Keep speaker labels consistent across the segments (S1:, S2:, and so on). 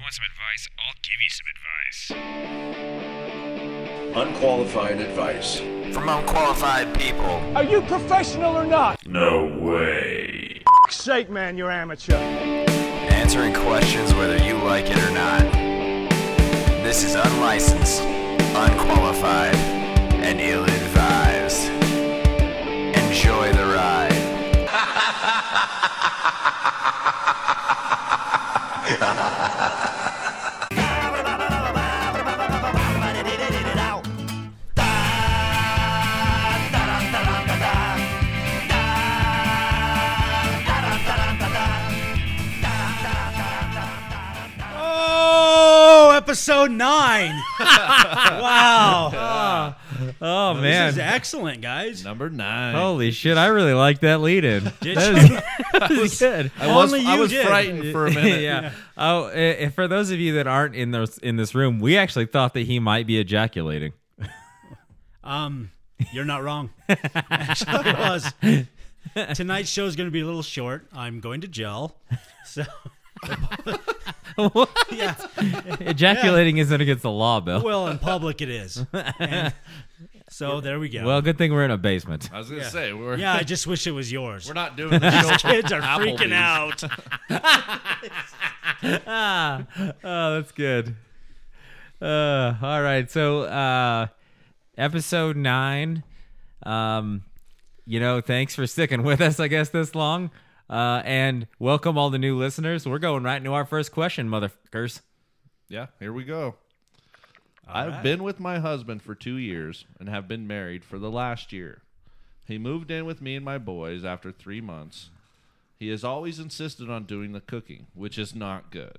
S1: want some advice? I'll give you some advice.
S2: Unqualified advice.
S3: From unqualified people.
S4: Are you professional or not?
S2: No way.
S4: Fuck's sake, man, you're amateur.
S3: Answering questions whether you like it or not. This is unlicensed, unqualified, and ill advised. Enjoy the ride.
S5: Oh, episode nine. wow.
S6: Oh
S5: This is
S6: man.
S5: excellent, guys.
S7: Number nine.
S6: Holy shit, I really like that lead in.
S5: Did
S6: That
S5: you?
S6: is- that is good.
S7: I was,
S5: Only
S7: I
S5: you
S7: was
S5: did.
S7: frightened for a minute.
S6: yeah. Oh, eh, eh, for those of you that aren't in this in this room, we actually thought that he might be ejaculating.
S5: Um, you're not wrong. Actually, it was. Tonight's show is going to be a little short. I'm going to gel. So, yeah.
S6: Ejaculating isn't against the law, Bill. Well,
S5: Well, in public it is. And so there we go.
S6: good thing we're in a basement.
S7: I was going to say, we're,
S5: yeah, I just wish it was yours.
S7: we're not doing the show. from
S5: Kids are freaking
S7: Applebee's.
S5: out.
S6: ah, oh, that's good. Uh, all right, so uh, episode nine. Um, you know, thanks for sticking with us. I guess this long, uh, and welcome all the new listeners. We're going right into our first question, motherfuckers.
S7: Yeah, here we go. I've been with my husband for two years and have been married for the last year. He moved in with me and my boys after three months. He has always insisted on doing the cooking, which is not good.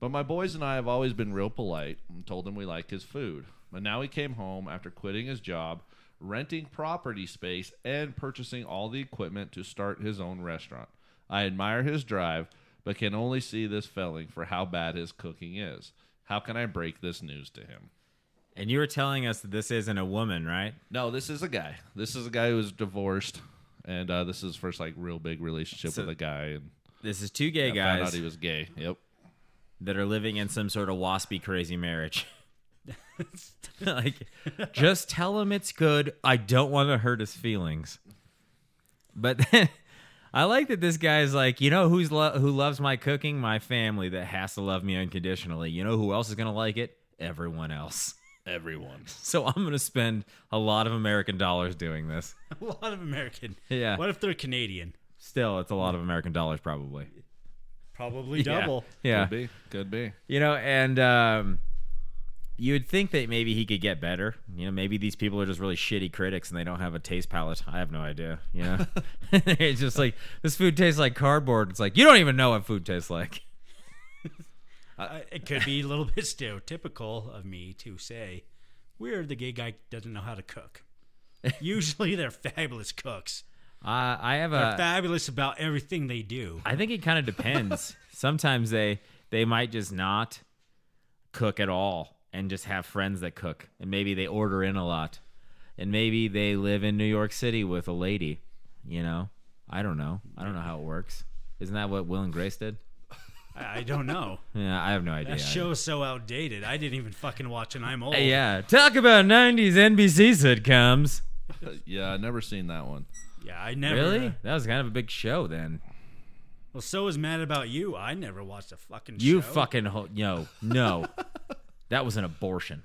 S7: But my boys and I have always been real polite and told him we like his food. But now he came home after quitting his job, renting property space, and purchasing all the equipment to start his own restaurant. I admire his drive, but can only see this failing for how bad his cooking is. How can I break this news to him?
S6: And you were telling us that this isn't a woman, right?
S7: No, this is a guy. This is a guy who was divorced, and uh, this is his first like real big relationship
S6: So-
S7: with a guy. And
S6: This is two gay
S7: I found out
S6: guys
S7: he was gay. Yep.
S6: that are living in some sort of waspy crazy marriage. like, just tell him it's good. I don't want to hurt his feelings. But then, I like that this guy is like, you know who's lo- who loves my cooking? My family that has to love me unconditionally. You know who else is gonna like it? Everyone else.
S7: Everyone.
S6: So I'm gonna spend a lot of American dollars doing this.
S5: A lot of American.
S6: Yeah.
S5: What if they're Canadian?
S6: Still, it's a lot of American dollars probably.
S5: Probably double.
S6: Yeah.
S7: Could be. Could be.
S6: You know, and um, you would think that maybe he could get better. You know, maybe these people are just really shitty critics and they don't have a taste palette. I have no idea. You know, it's just like this food tastes like cardboard. It's like you don't even know what food tastes like.
S5: Uh, it could be a little bit stereotypical of me to say we're the gay guy doesn't know how to cook. Usually they're fabulous cooks.
S6: Uh, I have
S5: They're
S6: a.
S5: fabulous about everything they do.
S6: I think it kind of depends. Sometimes they they might just not cook at all and just have friends that cook, and maybe they order in a lot, and maybe they live in New York City with a lady. You know, I don't know. I don't know how it works. Isn't that what Will and Grace did?
S5: I, I don't know.
S6: Yeah, I have no idea.
S5: That show is so outdated. I didn't even fucking watch and I'm old.
S6: Hey, yeah, talk about '90s NBC sitcoms.
S7: yeah, I never seen that one.
S5: Yeah, I never.
S6: Really? That was kind of a big show then.
S5: Well, so is Mad About You. I never watched a fucking
S6: You
S5: show.
S6: fucking ho- no, no. that was an abortion.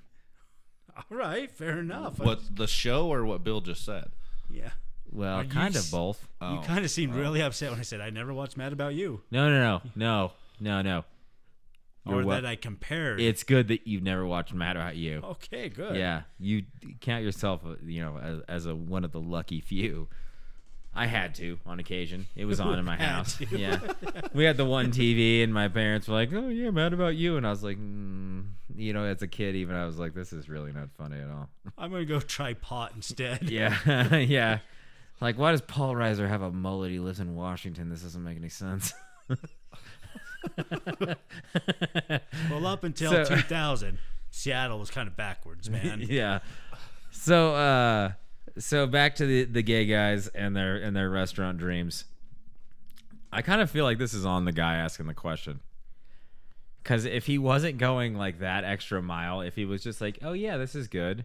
S5: All right, fair enough. I-
S7: What the show or what Bill just said?
S5: yeah.
S6: Well,
S5: you
S6: kind of
S5: s-
S6: both.
S5: you kind of
S6: uh,
S5: seemed really upset when I said I never watched Mad About You.
S6: No, no, no, no, no, no. You're
S5: Or
S6: wel-
S5: that I compared.
S6: It's good that you've never watched Matter How You.
S5: okay, good.
S6: Yeah, you d- count yourself, uh, you know, as, as a one of the lucky few. I had to on occasion. It was on in my
S5: Had
S6: house.
S5: to.
S6: Yeah, we had the one TV, and my parents were like, "Oh yeah, Mad About You," and I was like, mm, you know, as a kid, even I was like, "This is really not funny at all."
S5: I'm going to go try pot instead.
S6: Yeah, yeah. Like, why does Paul Reiser have a mullet? He lives in Washington. This doesn't make any sense.
S5: Well, up until
S6: So-
S5: 2000, Seattle was kind of backwards, man.
S6: yeah. So uh so back to the the gay guys and their and their restaurant dreams. I kind of feel like this is on the guy asking the question. Because if he wasn't going like that extra mile, if he was just like, oh, yeah, this is good,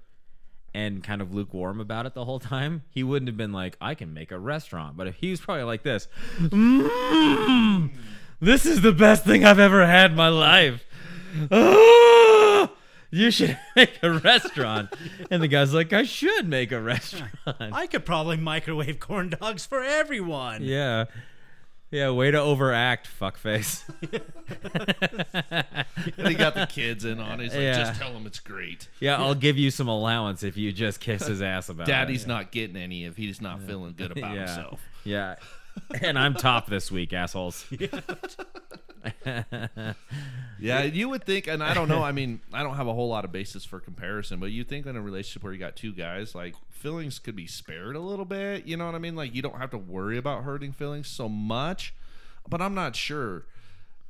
S6: and kind of lukewarm about it the whole time, he wouldn't have been like, I can make a restaurant. But if he was probably like this, "Mm, this is the best thing I've ever had in my life. Ah, you should make a restaurant. and the guy's like, I should make a restaurant.
S5: I could probably microwave corn dogs for everyone.
S6: Yeah. Yeah, way to overact, fuckface.
S7: And he got the kids in on it. He's like,
S6: Yeah.
S7: just tell him it's great.
S6: Yeah, I'll give you some allowance if you just kiss his ass about
S7: Daddy's
S6: it.
S7: not getting any if he's not feeling good about
S6: Oh, yeah.
S7: himself.
S6: Yeah. And I'm top this week, assholes.
S7: Yeah, you would think, and I don't know. I mean, I don't have a whole lot of basis for comparison, but you think in a relationship where you got two guys, like feelings could be spared a little bit. You know what I mean? Like you don't have to worry about hurting feelings so much. But I'm not sure.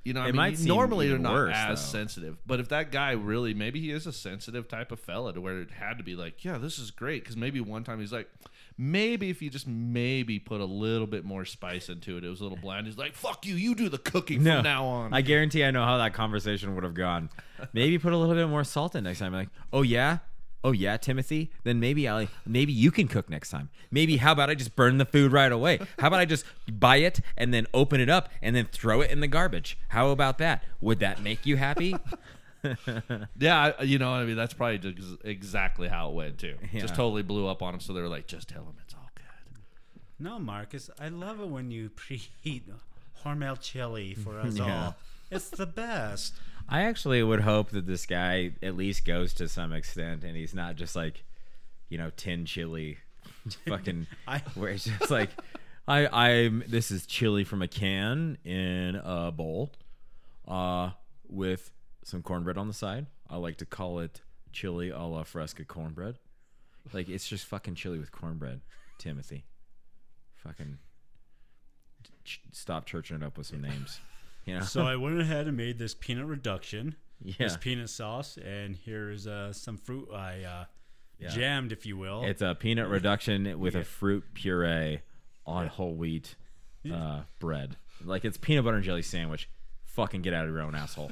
S7: You know,
S6: It
S7: I mean,
S6: might
S7: you-
S6: seem
S7: normally they're
S6: even
S7: not
S6: worse,
S7: as
S6: though.
S7: sensitive. But if that guy really, maybe he is a sensitive type of fella to where it had to be like, yeah, this is great. Because maybe one time he's like, maybe if you just maybe put a little bit more spice into it, it was a little bland. He's like, fuck you, you do the cooking
S6: No.
S7: from now on.
S6: I guarantee I know how that conversation would have gone. Maybe put a little bit more salt in next time. Like, oh yeah? Oh yeah, Timothy? Then maybe I maybe you can cook next time. Maybe how about I just burn the food right away? How about I just buy it and then open it up and then throw it in the garbage? How about that? Would that make you happy?
S7: Yeah, I- you know, I mean, that's probably just exactly how it went too.
S6: Yeah.
S7: Just totally blew up on him, so they were like, "Just tell him it's all good."
S5: No, Marcus, I love it when you preheat Hormel chili for us
S6: Yeah.
S5: all. It's the best.
S6: I actually would hope that this guy at least goes to some extent and he's not just like, you know, tin chili fucking
S5: I-
S6: where it's just like I I'm this is chili from a can in a bowl uh with some cornbread on the side. I like to call it chili a la fresca cornbread. Like it's just fucking chili with cornbread, Timothy. Fucking ch- stop churching it up with some names. You know?
S5: So I went ahead and made this peanut reduction, this
S6: Yeah.
S5: peanut sauce, and here is uh, some fruit I uh,
S6: Yeah.
S5: jammed, if you will.
S6: It's a peanut reduction with a fruit puree on whole wheat uh, bread. Like it's peanut butter and jelly sandwich. Fucking get out of your own asshole.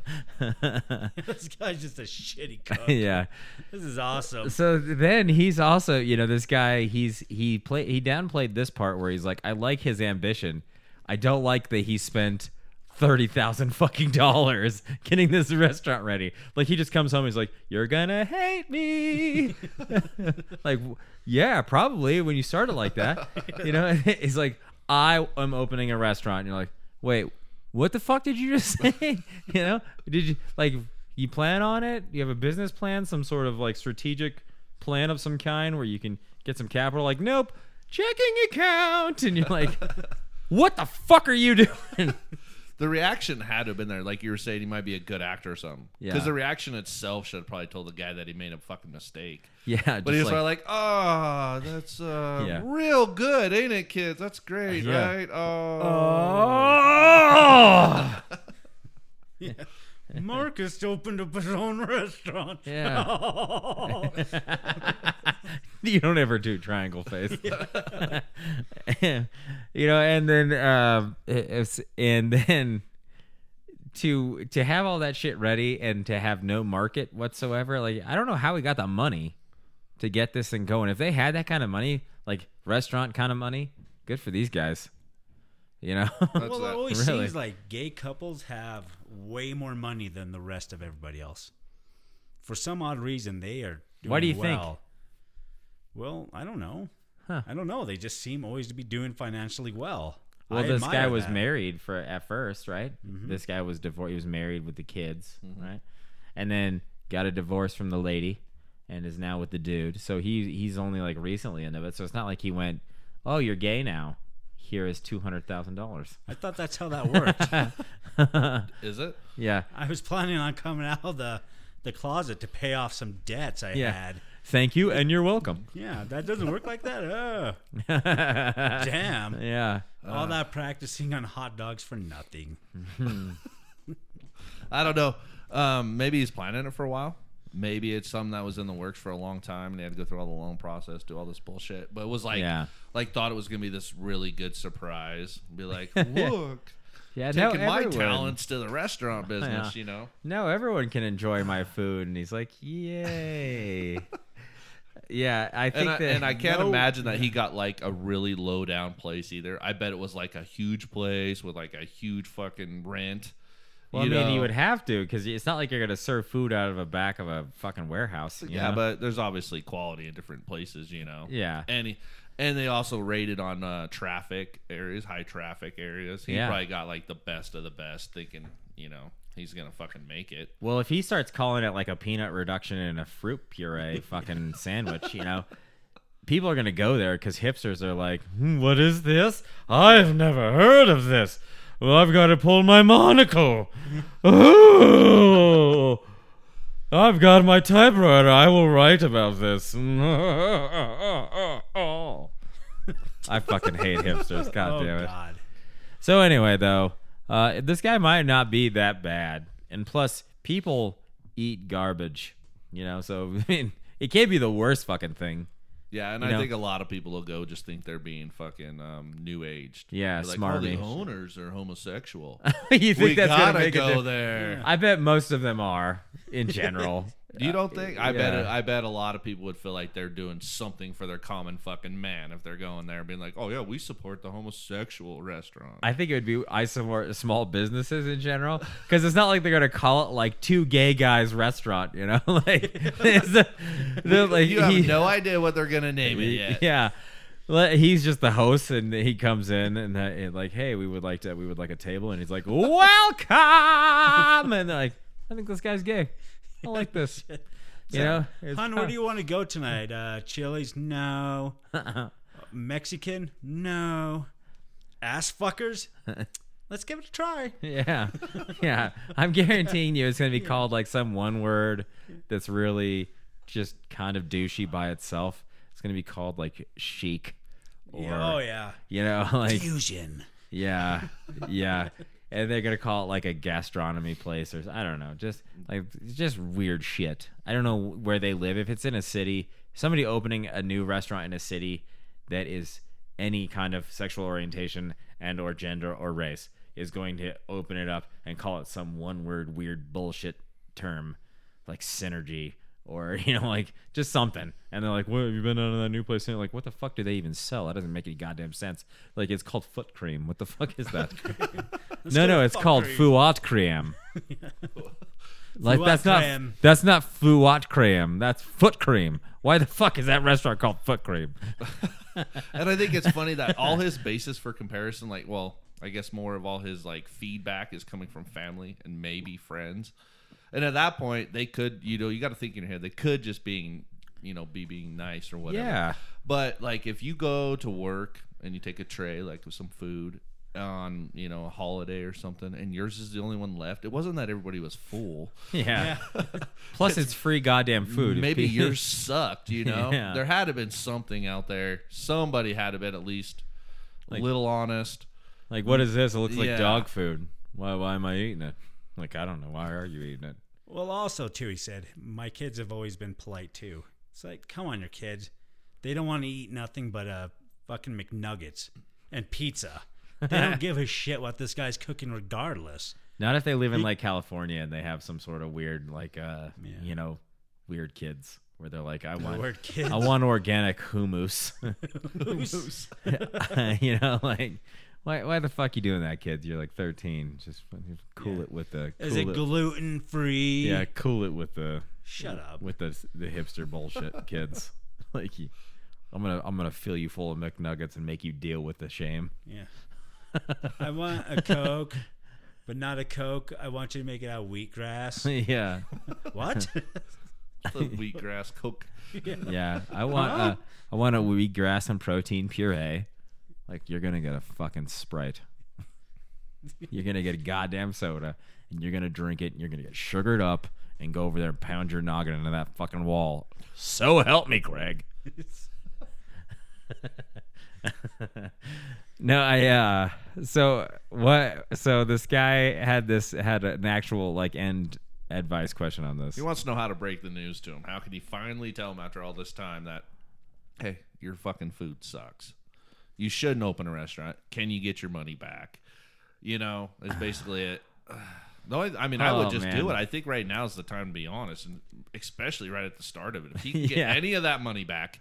S5: this guy's just a shitty cook.
S6: yeah.
S5: This is awesome.
S6: So then he's also, you know, this guy. He's he play he downplayed this part where he's like, I like his ambition. I don't like that he spent thirty thousand fucking dollars getting this restaurant ready. Like he just comes home. He's like, you're gonna hate me. like, w- yeah, probably when you started like that. You know, he's like, I am opening a restaurant. And you're like, wait, what the fuck did you just say? you know, did you like you plan on it? You have a business plan, some sort of like strategic plan of some kind where you can get some capital? Like, nope, checking account. And you're like, what the fuck are you doing?
S7: The reaction had to have been there, like you were saying, he might be a good actor or something.
S6: Yeah.
S7: Because the reaction itself should have probably told the guy that he made a fucking mistake.
S6: yeah,
S7: But he was probably like, "Oh, that's uh,
S6: Yeah.
S7: real good, ain't it, kids? That's great,
S6: Yeah. Uh,
S7: right? Oh,
S6: oh.
S5: Marcus opened up his own restaurant. Oh.
S6: Yeah. you don't ever do triangle face. you know, and then um, it's- and then to to have all that shit ready and to have no market whatsoever. Like I don't know how we got the money to get this thing going. If they had that kind of money, like restaurant kind of money, good for these guys. You know,
S7: What's
S5: Well, it
S7: that?
S5: always
S6: Really?
S5: seems like gay couples have way more money than the rest of everybody else. For some odd reason, they are. Doing
S6: Why do you think?
S5: well. Well, I don't know.
S6: Huh.
S5: I don't know. They just seem always to be doing financially well.
S6: Well,
S5: I
S6: this
S5: admire
S6: guy was
S5: that.
S6: married for at first, right? This guy was divorced. He was married with the kids,
S7: Mm-hmm.
S6: right? And then got a divorce from the lady, and is now with the dude. So he he's only like recently into it. So it's not like he went, "Oh, you're gay now. Here is two hundred thousand dollars."
S5: I thought that's how that worked.
S7: is it?
S6: Yeah,
S5: I was planning on coming out of the the closet to pay off some debts I
S6: yeah.
S5: had.
S6: Thank you, and you're welcome.
S5: Yeah, that doesn't work like that. Uh, damn.
S6: Yeah,
S5: All that practicing on hot dogs for nothing.
S7: I don't know. Um, maybe he's planning it for a while. Maybe it's something that was in the works for a long time and they had to go through all the long process, do all this bullshit. But it was like,
S6: Yeah.
S7: like thought it was gonna be this really good surprise. Be like, look,
S6: Yeah, no,
S7: taking my
S6: everyone-
S7: talents to the restaurant business.
S6: Yeah.
S7: You know,
S6: No, everyone can enjoy my food, and he's like, "Yay!" yeah, I think
S7: and I,
S6: that.
S7: and I can't
S6: no-
S7: imagine that he got like a really low down place either. I bet it was like a huge place with like a huge fucking rent.
S6: Well, I
S7: you
S6: mean,
S7: know?
S6: you would have to because it's not like you're gonna serve food out of a back of a fucking warehouse. you
S7: Yeah,
S6: know?
S7: but there's obviously quality in different places, you know.
S6: Yeah.
S7: and he, and they also rated on uh, traffic areas, high traffic areas. He
S6: Yeah.
S7: probably got like the best of the best, thinking you know he's gonna fucking make it.
S6: well, if he starts calling it like a peanut reduction and a fruit puree fucking sandwich, you know. People are gonna go there because hipsters are like, "Hmm, "What is this? I've never heard of this. Well, I've got to pull my monocle. Oh, I've got my typewriter. I will write about this. I fucking hate hipsters. God
S5: oh
S6: damn it.
S5: God.
S6: So anyway, though, uh, this guy might not be that bad, and plus, people eat garbage, you know. So I mean, it can't be the worst fucking thing.
S7: Yeah, and
S6: You
S7: I
S6: know?
S7: think a lot of people will go just think they're being fucking um, new aged.
S6: Yeah,
S7: like,
S6: smarmy.
S7: "Oh, the owners are homosexual.
S6: you think
S7: we
S6: that's
S7: gotta
S6: gonna make a
S7: go
S6: difference?
S7: there.
S6: I bet most of them are in general.
S7: You don't think? I bet.
S6: yeah.
S7: I bet a lot of people would feel like they're doing something for their common fucking man if they're going there and being like, "Oh yeah, we support the homosexual restaurant."
S6: I think it would be isomor small businesses in general because it's not like they're gonna call it like two gay guys restaurant, you know? like, it's a, they're like
S7: you have
S6: he-
S7: no idea what they're gonna name it yet.
S6: yeah. Le- He's just the host, and he comes in and, uh, and like, "Hey, we would like to, we would like a table," and he's like, "Welcome," and they're like, "I think this guy's gay. I like this." You know, It's-
S5: Hon, where do you want to go tonight? Uh, Chili's? No. Mexican? No. Ass fuckers? Let's give it a try.
S6: Yeah, yeah. I'm guaranteeing you, it's gonna be called like some one word that's really just kind of douchey by itself. It's gonna be called like chic, or
S5: oh yeah.
S6: you know, like
S5: Fusion.
S6: Yeah, yeah. And they're gonna call it like a gastronomy place or I don't know, just like it's just weird shit. I don't know where they live. If it's in a city, somebody opening a new restaurant in a city that is any kind of sexual orientation and or gender or race is going to open it up and call it some one word weird bullshit term like synergy or you know like just something and they're like what have you been out of that new place and you're like what the fuck do they even sell that doesn't make any goddamn sense like it's called foot cream what the fuck is that no no it's called fuat cream like
S5: Fuat
S6: that's not
S5: cream.
S6: that's not fuat cream that's foot cream why the fuck is that restaurant called foot cream
S7: And I think it's funny that all his basis for comparison, like, well, I guess more of all his like feedback is coming from family and maybe friends. And at that point, they could, you know, you got to think in your head, they could just being, you know, be being nice or whatever.
S6: Yeah.
S7: But like, if you go to work and you take a tray like with some food on, you know, a holiday or something, and yours is the only one left, it wasn't that everybody was full.
S6: yeah, plus it's free goddamn food If
S7: Maybe
S6: pe-
S7: yours sucked, you know?
S6: Yeah.
S7: There had to have been something out there. Somebody had to have been at least a little honest.
S6: Like, what is this? It looks
S7: Yeah.
S6: like dog food. Why? Why am I eating it? Like, I don't know. Why are you eating it?
S5: Well, also too, he said, my kids have always been polite too. It's like, come on, your kids, they don't want to eat nothing but uh fucking McNuggets and pizza. They don't give a shit what this guy's cooking, regardless.
S6: Not if they live in like California and they have some sort of weird, like, uh,
S5: Yeah.
S6: you know, weird kids where they're like, I want,
S5: word kids.
S6: I want organic hummus. you know, like, why? Why the fuck you doing that, kids? You're like 13. Just fucking cool it with the. Cool
S5: Is it gluten free?
S6: yeah, cool it with the
S5: Shut up.
S6: with the the hipster bullshit, kids. Like, you- I'm gonna I'm gonna fill you full of McNuggets and make you deal with the shame.
S5: Yeah. I want a Coke, but not a Coke. I want you to make it out of wheatgrass.
S6: yeah.
S5: what?
S7: the wheatgrass coke.
S6: Yeah, I want a, I want a wheatgrass and protein puree. Like you're gonna get a fucking sprite. You're gonna get a goddamn soda, and you're gonna drink it. and You're gonna get sugared up and go over there and pound your noggin into that fucking wall. So help me, Craig. No, I uh so what so this guy had this had an actual like end advice question on this.
S7: He wants to know how to break the news to him. How could he finally tell him after all this time that, hey, your fucking food sucks. You shouldn't open a restaurant. Can you get your money back? You know, that's basically it. No, I, I mean, I
S6: Oh,
S7: would just do
S6: man.
S7: it. I think right now is the time to be honest, and especially right at the start of it. If he can
S6: Yeah.
S7: get any of that money back,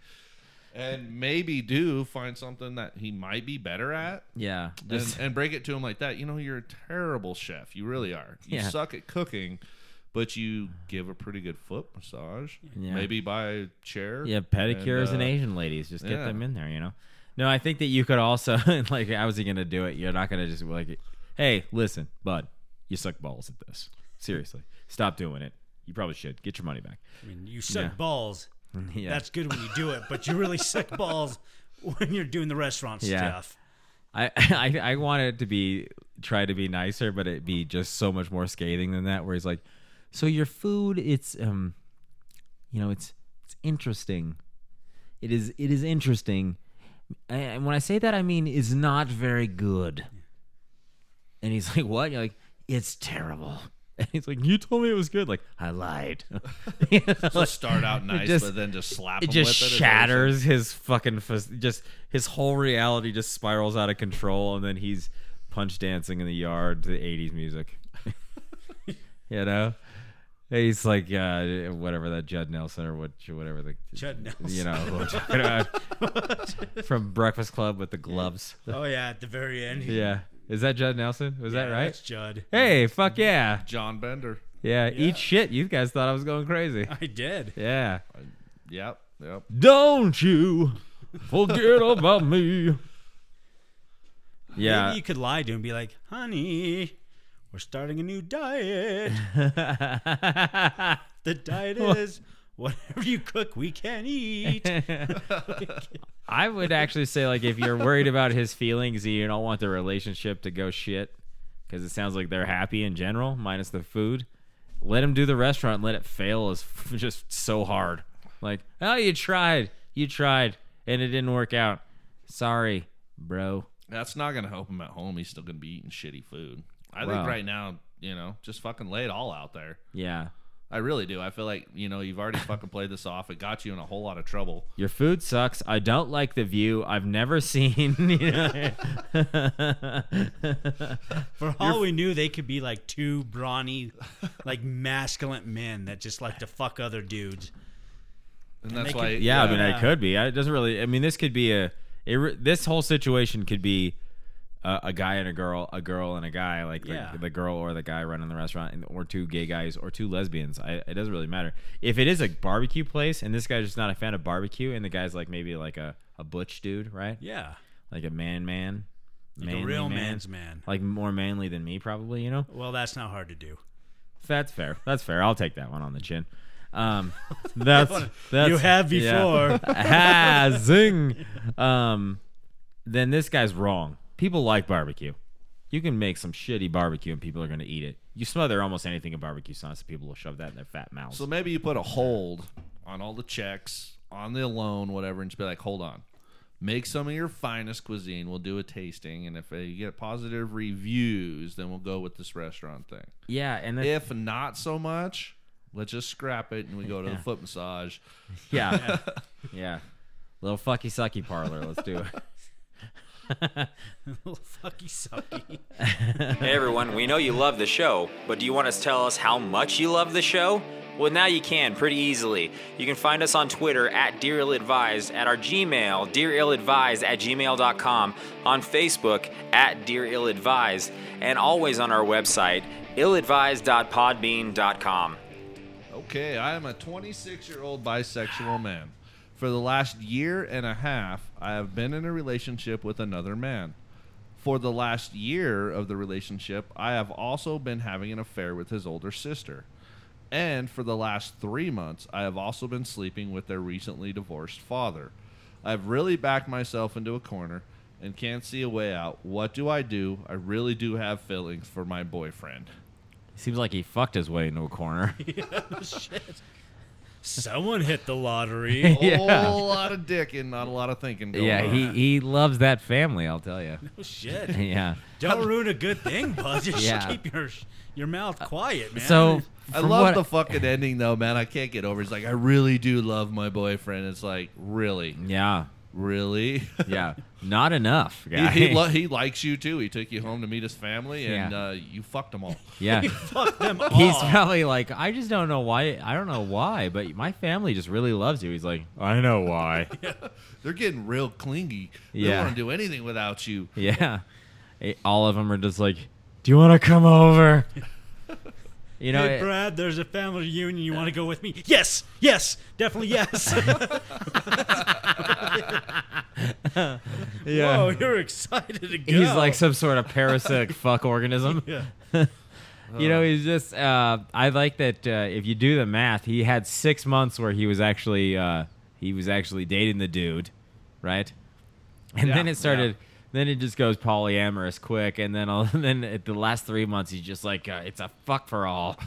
S7: and maybe do find something that he might be better at,
S6: Yeah.
S7: and,
S6: Just,
S7: and break it to him like that. You know, you're a terrible chef. You really are. You
S6: Yeah.
S7: suck at cooking, but you give a pretty good foot massage.
S6: Yeah.
S7: Maybe buy a chair.
S6: yeah, pedicures and,
S7: uh,
S6: Asian ladies. Just get
S7: yeah.
S6: them in there, you know? No, I think that you could also, like, how is he going to do it? You're not going to just, like, hey, listen, bud, you suck balls at this. Seriously. Stop doing it. You probably should. Get your money back.
S5: I mean, you suck
S6: Yeah. Mm,
S5: balls.
S6: Yeah.
S5: That's good when you do it, but you really suck balls when you're doing the restaurant
S6: Yeah.
S5: stuff.
S6: I, I I want it to be try to be nicer, but it be just so much more scathing than that. Where he's like, "So your food, it's um, you know, it's it's interesting. It is it is interesting. And- And when I say that, I mean is not very good." And he's like, "What?" You're like, "It's terrible." And he's like, "You told me it was good." Like, I lied. You know,
S7: Just
S6: like-
S7: uh, start out nice,
S6: just-
S7: but then just slap.
S6: it
S7: him
S6: just
S7: with it if
S6: shatters his fucking fas- just his whole reality just spirals out of control and then he's punch dancing in the yard to 80s music you know he's like uh, whatever that judd nelson or what whatever the
S5: Judd Nelson.
S6: you know who I'm talking about. from breakfast club with the gloves
S5: Oh yeah, at the very end.
S6: yeah is that judd nelson was that
S5: Yeah,
S6: right
S5: That's Judd.
S6: hey fuck yeah
S7: it's John Bender.
S6: yeah eat shit you guys thought i was going crazy
S5: I did.
S6: yeah
S7: Yep, yep.
S6: Don't you forget about me.
S5: Maybe
S6: Yeah.
S5: you could lie to him and be like, honey, we're starting a new diet. the diet is whatever you cook, we can eat.
S6: I would actually say, like, if you're worried about his feelings and you don't want the relationship to go shit, because it sounds like they're happy in general, minus the food, let him do the restaurant and let it fail is just so hard. Like, oh, you tried. You tried. And it didn't work out. Sorry, bro.
S7: That's not gonna help him at home. He's still gonna be eating shitty food. I
S6: Wow.
S7: think right now, you know, just fucking lay it all out there.
S6: Yeah.
S7: I really do. I feel like you know you've already fucking played this off. It got you in a whole lot of trouble.
S6: Your food sucks. I don't like the view. I've never seen. You know.
S5: For all we knew, they could be like two brawny, like masculine men that just like to fuck other dudes.
S7: And that's
S5: they
S7: why,
S5: could-
S6: yeah, I mean,
S5: Yeah.
S6: it could be. I- It doesn't really. I mean, this could be a. It, re- this whole situation could be a, a guy and a girl, a girl and a guy, like the,
S5: Yeah.
S6: the girl or the guy running the restaurant, and, or two gay guys or two lesbians. I, it doesn't really matter. If it is a barbecue place and this guy's just not a fan of barbecue, and the guy's like maybe like a a butch dude, right?
S5: Yeah.
S6: Like a man, man,
S5: Like a
S6: manly
S5: real
S6: man.
S5: man's man.
S6: Like more manly than me, probably. You know.
S5: Well, that's not hard to do.
S6: That's fair. That's fair. I'll take that one on the chin. Um, that's, that's
S5: you have
S6: yeah.
S5: before.
S6: ah, zing. Um, then this guy's wrong. People like barbecue. You can make some shitty barbecue and people are going to eat it. You smother almost anything in barbecue sauce, people will shove that in their fat mouths.
S7: So maybe you put a hold on all the checks, on the loan, whatever, and just be like, hold on. Make some of your finest cuisine. We'll do a tasting, and if uh, you get positive reviews, then we'll go with this restaurant thing.
S6: yeah, and then,
S7: If not so much, let's just scrap it and we go to the foot massage.
S6: yeah, yeah, little fucky sucky parlor. Let's do it.
S5: Little Oh, fucky sucky.
S3: Hey everyone, we know you love the show, but do you want to tell us how much you love the show? Well, now you can pretty easily. You can find us on Twitter at Dear Ill Advised, at our Gmail, dearilladvised at gmail.com, on Facebook at Dear Ill Advised, and always on our website, illadvised.podbean.com.
S7: Okay, I am a 26 year old bisexual man. For the last year and a half, I have been in a relationship with another man. For the last year of the relationship, I have also been having an affair with his older sister. And for the last three months, I have also been sleeping with their recently divorced father. I've really backed myself into a corner and can't see a way out. What do I do? I really do have feelings for my boyfriend.
S6: Seems like he fucked his way into a corner.
S5: Oh, Someone hit the lottery.
S6: Yeah.
S7: whole lot of dick and not a lot of thinking. Going
S6: yeah,
S7: on.
S6: he, he loves that family, I'll tell you.
S5: oh shit!
S6: Yeah.
S5: Don't ruin a good thing, Buzz. Just
S6: Yeah. Uh,
S5: keep your your mouth quiet, man.
S6: So
S7: I
S6: from
S7: love
S6: what-
S7: the fucking ending though, man. I can't get over. it. It's like I really do love my boyfriend. It's like really,
S6: Yeah.
S7: really.
S6: Yeah. Not enough,
S7: he
S6: guy.
S7: he, lo- he likes you too. He took you home to meet his family, and
S6: Yeah.
S7: uh, you fucked them all.
S6: yeah.
S5: fuck them all.
S6: He's probably like, I just don't know why. I don't know why, but my family just really loves you. He's like, I know why.
S7: They're getting real clingy. They
S6: Yeah.
S7: don't want to do anything without you.
S6: yeah. Eh, All of them are just like, Do you want to come over? You know,
S5: hey,
S6: it-
S5: Brad, there's a family reunion. You want to go with me? Yes, yes, definitely yes.
S6: yeah.
S5: Whoa, you're excited to go.
S6: He's like some sort of parasitic fuck organism.
S5: yeah.
S6: You
S7: Uh-huh.
S6: know, he's just. Uh, I like that. Uh, if you do the math, he had six months where he was actually uh, he was actually dating the dude, right? And then
S7: Yeah,
S6: it started. Then it just goes polyamorous quick, and then all, then at the last three months, he's just like, uh, it's a fuck for all.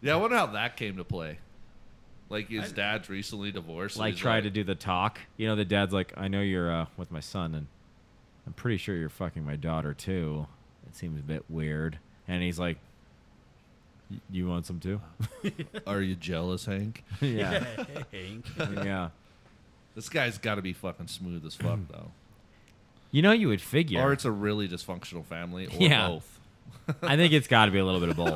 S7: Yeah, I wonder how that came to play. Like his dad's recently divorced. and
S6: like
S7: he's
S6: try to do the talk. You know, the dad's like, I know you're uh, with my son, and I'm pretty sure you're fucking my daughter too. It seems a bit weird, and he's like, "Y- you want some too?
S7: Are you jealous, Hank?
S6: yeah,
S5: Hank.
S6: yeah.
S7: This guy's got to be fucking smooth as fuck though.
S6: You know, you would figure.
S7: Or it's a really dysfunctional family, or
S6: Yeah.
S7: both.
S6: I think it's got to be a little bit of both.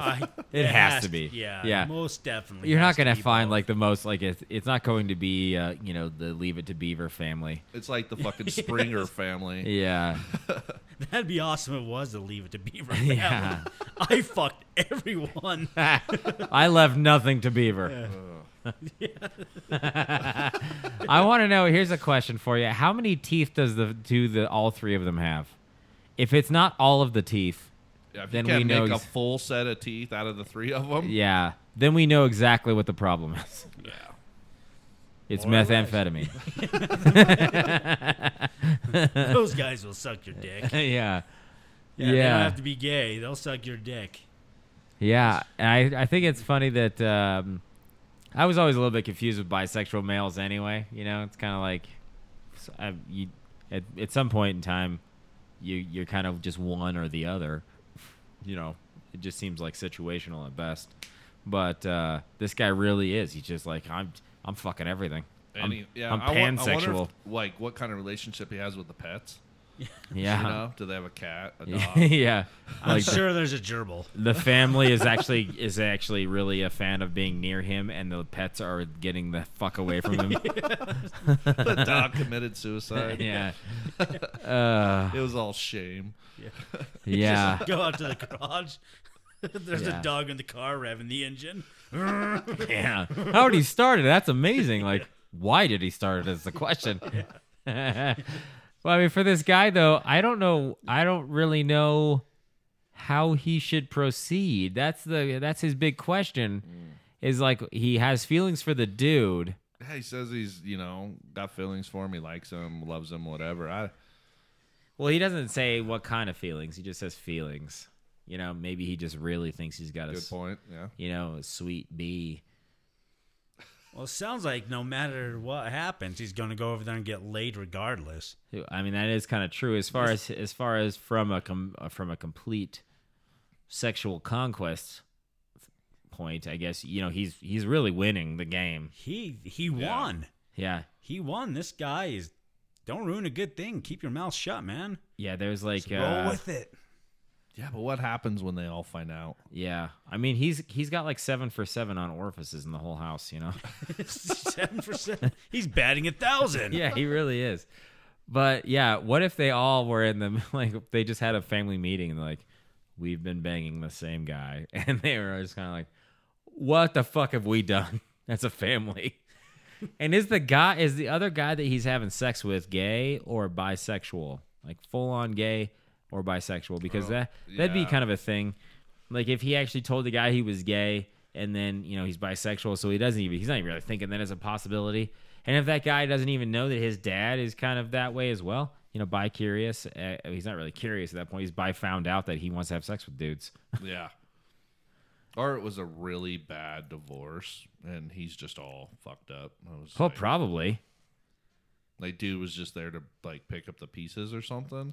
S6: it has to be.
S5: Yeah,
S6: yeah.
S5: most definitely.
S6: You're
S5: has
S6: not
S5: to
S6: gonna
S5: be
S6: find
S5: both.
S6: like the most like it's it's not going to be uh, you know the Leave It to Beaver family.
S7: It's like the fucking Springer family.
S6: Yeah,
S5: That'd be awesome. If it was to leave it to Beaver.
S6: Yeah.
S5: Yeah. I fucked everyone.
S6: I left nothing to Beaver. I want to know. Here's a question for you: How many teeth does the do the all three of them have? If it's not all of the teeth,
S7: If
S6: Then
S7: you can't
S6: we know
S7: make a
S6: ex-
S7: full set of teeth out of the three of them.
S6: yeah, then we know exactly what the problem is. Yeah, it's
S5: More or less.
S6: methamphetamine.
S5: Those guys will suck your dick.
S6: yeah.
S5: Yeah, They don't have to be gay. They'll suck your dick.
S6: Yeah, and I, I think it's funny that um, I was always a little bit confused with bisexual males anyway. You know, it's kind of like s- I- you at, at some point in time, you you're kind of just one or the other. You know, it just seems like situational at best. But uh, this guy really is. He's just like I'm. I'm fucking everything.
S7: And
S6: I'm,
S7: he- yeah,
S6: I'm
S7: I wa- I wonder if,
S6: pansexual.
S7: like, what kind of relationship he has with the pets?
S6: yeah.
S7: You know, do they have a cat, a
S6: Uh-huh. yeah.
S7: dog?
S5: I'm
S6: Like the-
S5: sure there's a gerbil.
S6: the family is actually is actually really a fan of being near him and the pets are getting the fuck away from him
S7: the dog committed suicide.
S6: yeah
S7: It was all shame.
S6: yeah
S5: Go out to the garage. there's
S6: Yeah.
S5: a dog in the car revving the engine.
S6: yeah how did he start it that's amazing like why did he start it is the question well i mean for this guy though i don't know i don't really know how he should proceed that's the that's his big question is like he has feelings for the dude
S7: Yeah, he says he's, you know, got feelings for him. He likes him, loves him, whatever. I,
S6: Well, he doesn't say what kind of feelings. He just says feelings. You know, maybe he just really thinks he's got a,
S7: good
S6: s-
S7: point. Yeah.
S6: you know, a sweet bee.
S5: Well, it sounds like no matter what happens, he's going to go over there and get laid regardless.
S6: I mean, that is kind of true as far as as far as from a com- uh, from a complete sexual conquest point. I guess you know he's he's really winning the game.
S5: He he won.
S6: Yeah,
S5: He won. This guy is. Don't ruin a good thing. Keep your mouth shut, man.
S6: yeah. There's like
S5: Roll
S6: uh,
S5: with it.
S7: Yeah, but what happens when they all find out?
S6: yeah. I mean, he's he's got like seven for seven on orifices in the whole house. You know.
S5: seven percent. He's batting a thousand.
S6: yeah, he really is. But yeah, what if they all were in the like they just had a family meeting and like we've been banging the same guy and they were just kind of like what the fuck have we done as a family? And is the guy is the other guy that he's having sex with gay or bisexual? Like full on gay or bisexual because that that'd be
S7: yeah.
S6: kind of a thing. Like if he actually told the guy he was gay and then, you know, he's bisexual so he doesn't even he's not even really thinking that as a possibility. And if that guy doesn't even know that his dad is kind of that way as well, you know, bi curious. Uh, he's not really curious at that point. He's bi found out that he wants to have sex with dudes.
S7: Yeah. Or it was a really bad divorce, and he's just all fucked up. I was
S6: Well,
S7: like,
S6: probably.
S7: like, dude was just there to like pick up the pieces or something.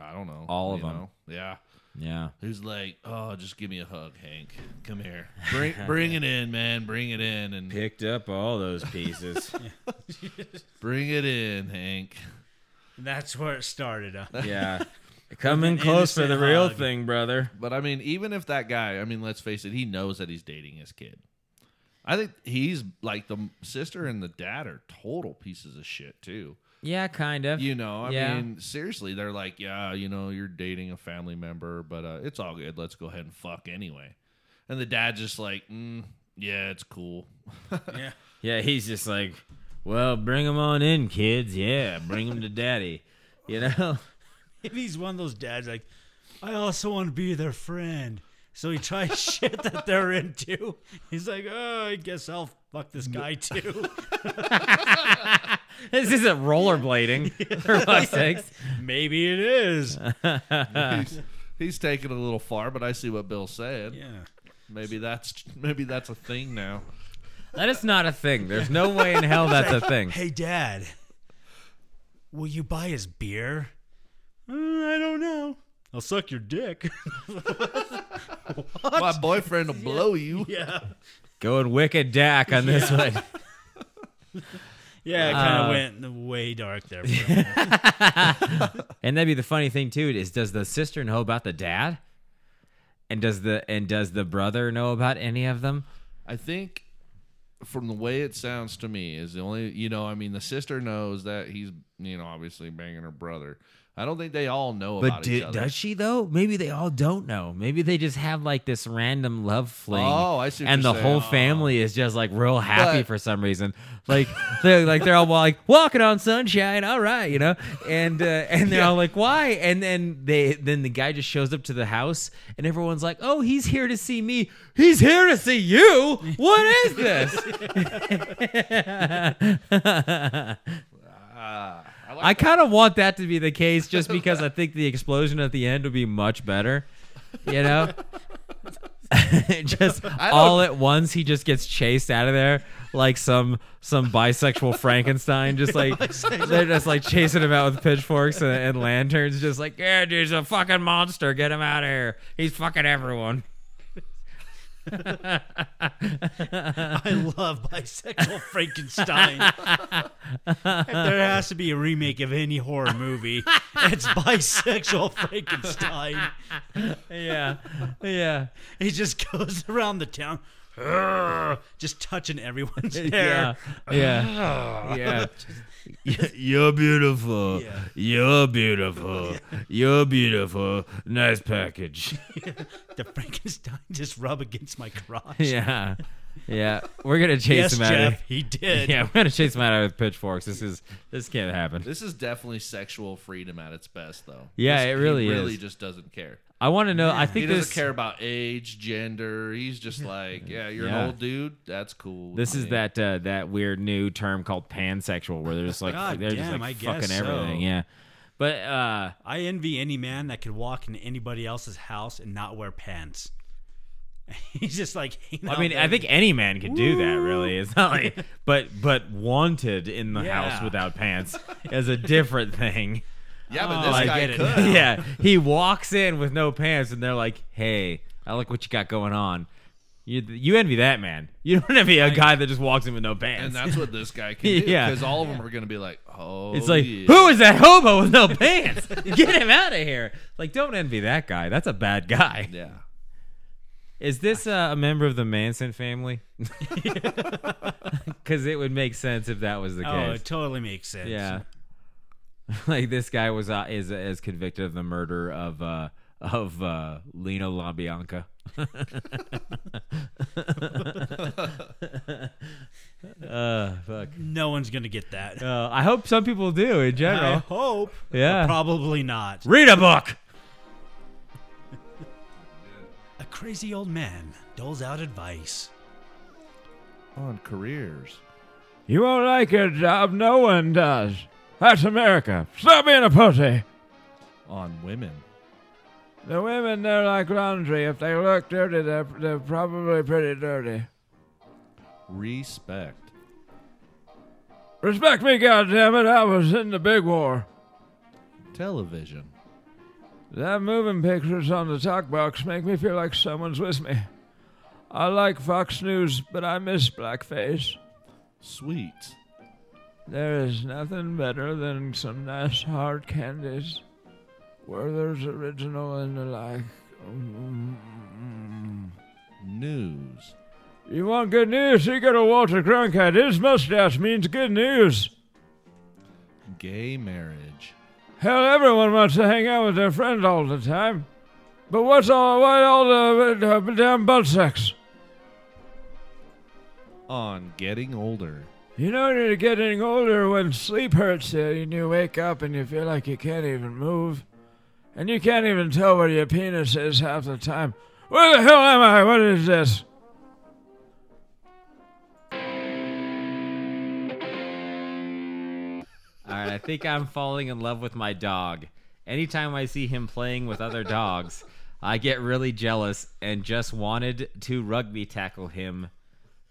S7: I don't know.
S6: All of
S7: you
S6: 'em.
S7: know? Yeah.
S6: Yeah.
S7: Who's like, oh, just give me a hug, Hank. Come here. Bring, bring it in, man. Bring it in, and
S6: Picked up all those pieces.
S7: bring it in, Hank.
S5: That's where it started. Uh,
S6: yeah. Come in
S5: an
S6: close for the
S5: innocent
S6: real
S5: hug.
S6: thing, brother.
S7: But I mean, even if that guy, I mean, let's face it, he knows that he's dating his kid. I think he's like the sister and the dad are total pieces of shit too.
S6: Yeah, kind of.
S7: You know, I
S6: Yeah.
S7: mean, seriously, they're like, yeah, you know, you're dating a family member, but uh, it's all good. Let's go ahead and fuck anyway. And the dad's just like, mm, yeah, it's cool.
S5: yeah.
S6: Yeah, he's just like, well, bring them on in, kids. Yeah, bring them to daddy. You know?
S5: If he's one of those dads, like, I also want to be their friend. So he tries shit that they're into. He's like, oh, I guess I'll fuck this guy too.
S6: This isn't rollerblading, for fuck's sakes.
S5: Maybe it is.
S7: he's, he's taking it a little far, but I see what Bill's saying.
S5: Yeah.
S7: Maybe that's maybe that's a thing now.
S6: That is not a thing. There's no way in hell that's a thing.
S5: Hey, Dad, will you buy his beer? "Mm, I don't know. I'll suck your dick.
S7: My boyfriend will blow you.
S5: yeah.
S6: Going wicked dack on this one.
S5: Yeah, it kind of
S6: Uh,
S5: went way dark there. bro.
S6: And that'd be the funny thing too is does the sister know about the dad? And does the and does the brother know about any of them?
S7: I think from the way it sounds to me is the only you know, I mean the sister knows that he's you know, obviously banging her brother. I don't think they all know
S6: But
S7: about
S6: do-
S7: each other.
S6: does she though? Maybe they all don't know. Maybe they just have like this random love fling.
S7: Oh, I see what
S6: and
S7: you're
S6: the
S7: saying.
S6: whole family is just like real happy
S7: But-
S6: for some reason. Like they're like they're all like walking on sunshine. All right, you know. And uh, and they're all like, why? And then they then the guy just shows up to the house, and everyone's like, oh, he's here to see me. He's here to see you. What is this? Ah, I kind of want that to be the case just because I think the explosion at the end would be much better. You know? just all at once he just gets chased out of there like some some bisexual Frankenstein just like they're just like chasing him out with pitchforks and, and lanterns just like yeah dude's a fucking monster get him out of here he's fucking everyone
S5: I love bisexual Frankenstein. if there has to be a remake of any horror movie, it's bisexual Frankenstein.
S6: yeah yeah
S5: He just goes around the town, "Arr," just touching everyone's hair.
S6: yeah yeah yeah
S8: You're beautiful.
S5: Yeah.
S8: You're beautiful. You're beautiful. Nice package.
S5: The Frankenstein just rub against my crotch.
S6: yeah yeah we're gonna chase
S5: Yes,
S6: him out of
S5: Jeff, he did.
S6: Yeah, we're gonna chase him out with pitchforks. This is this can't happen.
S7: this is definitely sexual freedom at its best though.
S6: Yeah,
S7: This-
S6: it really
S7: he
S6: is.
S7: really just doesn't care.
S6: I want to know. I
S7: He
S6: think
S7: doesn't
S6: this
S7: care about age, gender. He's just like, yeah, you're
S6: Yeah.
S7: an old dude. That's cool. with
S6: this is
S7: me."
S6: that uh, that weird new term called pansexual, where they're just like
S5: God
S6: they're just
S5: damn,
S6: like
S5: I guess
S6: fucking everything.
S5: so.
S6: Yeah, but uh,
S5: I envy any man that could walk into anybody else's house and not wear pants. He's just like, hanging
S6: I
S5: out
S6: mean,
S5: there.
S6: I think any man could do that. Really, it's not like but but wanted in the house
S5: Yeah.
S6: without pants is a different thing.
S7: Yeah,
S6: Oh,
S7: but
S5: I
S7: this guy
S5: get it.
S7: could.
S6: yeah, he walks in with no pants, and they're like, "Hey, I like what you got going on." You, you envy that man. You don't envy a guy that just walks in with no pants.
S7: And that's what this guy can do.
S6: Yeah.
S7: Because all of them are going to be like, oh,
S6: It's like,
S7: yeah.
S6: who is that hobo with no pants? Get him out of here! Like, don't envy that guy. That's a bad guy.
S7: Yeah.
S6: Is this uh, a member of the Manson family? Because it would make sense if that was the
S5: Oh,
S6: case.
S5: it totally makes sense.
S6: yeah. like this guy was uh, is is convicted of the murder of uh, of uh, Lino LaBianca. uh, fuck.
S5: No one's going to get that.
S6: Uh, I hope some people do in
S5: I
S6: general.
S5: hope.
S6: Yeah.
S5: Probably not.
S6: Read a book.
S5: A crazy old man doles out advice.
S7: On careers.
S8: You won't like your
S6: uh,
S8: job. No one does. That's America. Stop being a pussy.
S7: On women.
S8: The women, they're like laundry. If they look dirty, they're, they're probably pretty dirty.
S7: Respect.
S8: Respect me, goddammit. I was in the big war.
S7: Television.
S8: That moving pictures on the talk box make me feel like someone's with me. I like Fox News, but I miss blackface.
S7: Sweets.
S8: There is nothing better than some nice hard candies. Werther's original and the like. Mm-hmm. Mm.
S7: News.
S8: You want good news? You go to Walter Cronkite. His mustache means good news.
S7: Gay marriage.
S8: Hell, everyone wants to hang out with their friend all the time. But what's all, why all the uh, damn butt sex?
S7: On getting older.
S8: You know, you're getting older when sleep hurts you, and you wake up and you feel like you can't even move. And you can't even tell where your penis is half the time. Where the hell am I? What is this?
S6: All right, I think I'm falling in love with my dog. Anytime I see him playing with other dogs, I get really jealous and just wanted to rugby tackle him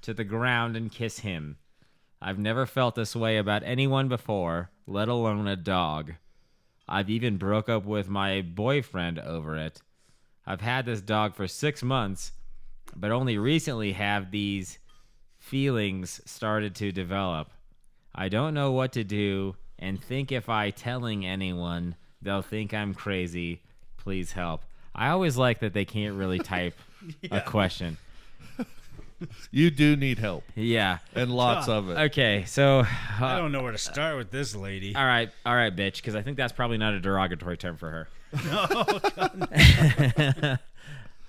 S6: to the ground and kiss him. I've never felt this way about anyone before, let alone a dog. I've even broke up with my boyfriend over it. I've had this dog for 6 months, but only recently have these feelings started to develop. I don't know what to do and think if I telling anyone, they'll think I'm crazy. Please help. I always like that they can't really type a question.
S7: You do need help,
S6: Yeah.
S7: and lots of it.
S6: Okay, so
S5: I don't know where to start with this lady.
S6: all right, all right, bitch, because I think that's probably not a derogatory term for her.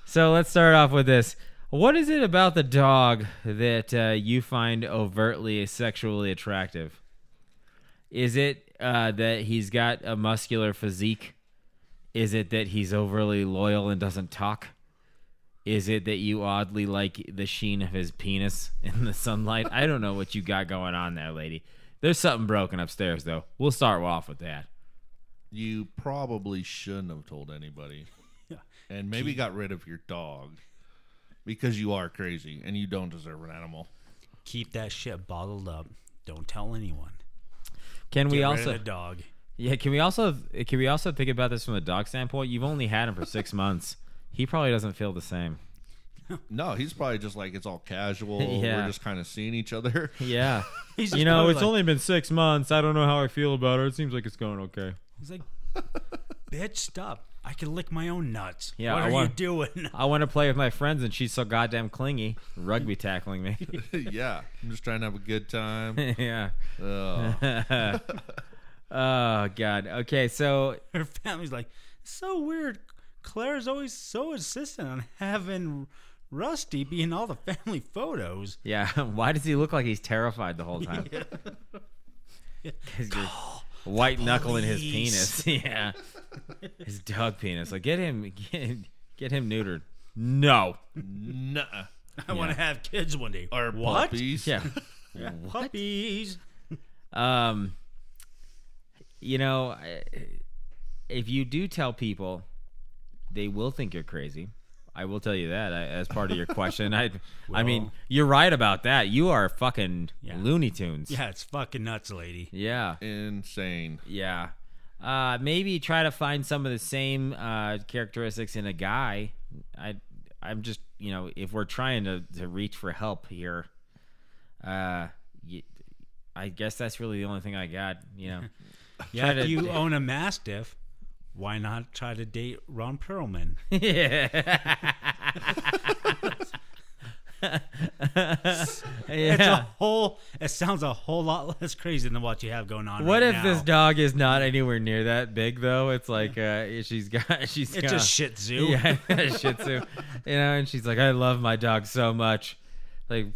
S6: so let's start off with this. What is it about the dog that uh, you find overtly sexually attractive? Is it uh, that he's got a muscular physique? Is it that he's overly loyal and doesn't talk? Is it that you oddly like the sheen of his penis in the sunlight? I don't know what you got going on there, lady. There's something broken upstairs, though. We'll start off with that.
S7: You probably shouldn't have told anybody, and maybe got rid of your dog because you are crazy and you don't deserve an animal.
S5: Keep that shit bottled up. Don't tell anyone.
S6: Can we
S5: Get rid of
S6: also
S5: the dog.
S6: Yeah, can we also can we also think about this from the dog standpoint? You've only had him for six months. He probably doesn't feel the same.
S7: No, he's probably just like it's all casual.
S6: Yeah.
S7: We're just kind of seeing each other.
S6: Yeah,
S5: He's
S6: you know,
S5: probably
S6: it's
S5: like-
S6: only been six months. I don't know how I feel about it. It seems like it's going okay.
S5: He's like, bitch, stop. I can lick my own nuts.
S6: Yeah,
S5: what
S6: I
S5: are
S6: want-
S5: you doing?
S6: I want to play with my friends, and she's so goddamn clingy. Rugby tackling me.
S7: yeah, I'm just trying to have a good time.
S6: yeah.
S7: Ugh.
S6: Oh god. Okay, so
S5: Her family's like, so weird. Claire's always so insistent on having Rusty be in all the family photos.
S6: yeah, why does he look like he's terrified the whole time? White knuckling his
S5: police.
S6: penis. Yeah. His dog penis. Like get him get, get him neutered. No.
S7: Nuh-uh.
S5: I want to have kids one day. Or what?
S7: Puppies.
S6: Yeah.
S5: Puppies.
S6: Um, you know, I- if you do tell people, they will think you're crazy. I will tell you that I, as part of your question. I, I mean,
S5: Well-
S6: you're right about that. You are fucking
S5: Yeah.
S6: Looney Tunes.
S5: Yeah, it's fucking nuts, lady.
S6: yeah,
S7: Insane.
S6: yeah. Uh, maybe try to find some of the same uh, characteristics in a guy. I, I'm just, you know, if we're trying to, to reach for help here, uh, y- I guess that's really the only thing I got. You know.
S5: Yeah,
S6: to-
S5: if you own a Mastiff, why not try to date Ron Perlman?
S6: yeah.
S5: It's a whole. It sounds a whole lot less crazy than what you have going on.
S6: what if
S5: right now.
S6: this dog is not anywhere near that big though? It's like uh, she's got she's
S5: It's
S6: got,
S5: a Shih Tzu.
S6: yeah Shih Tzu, you know, and she's like, I love my dog so much, like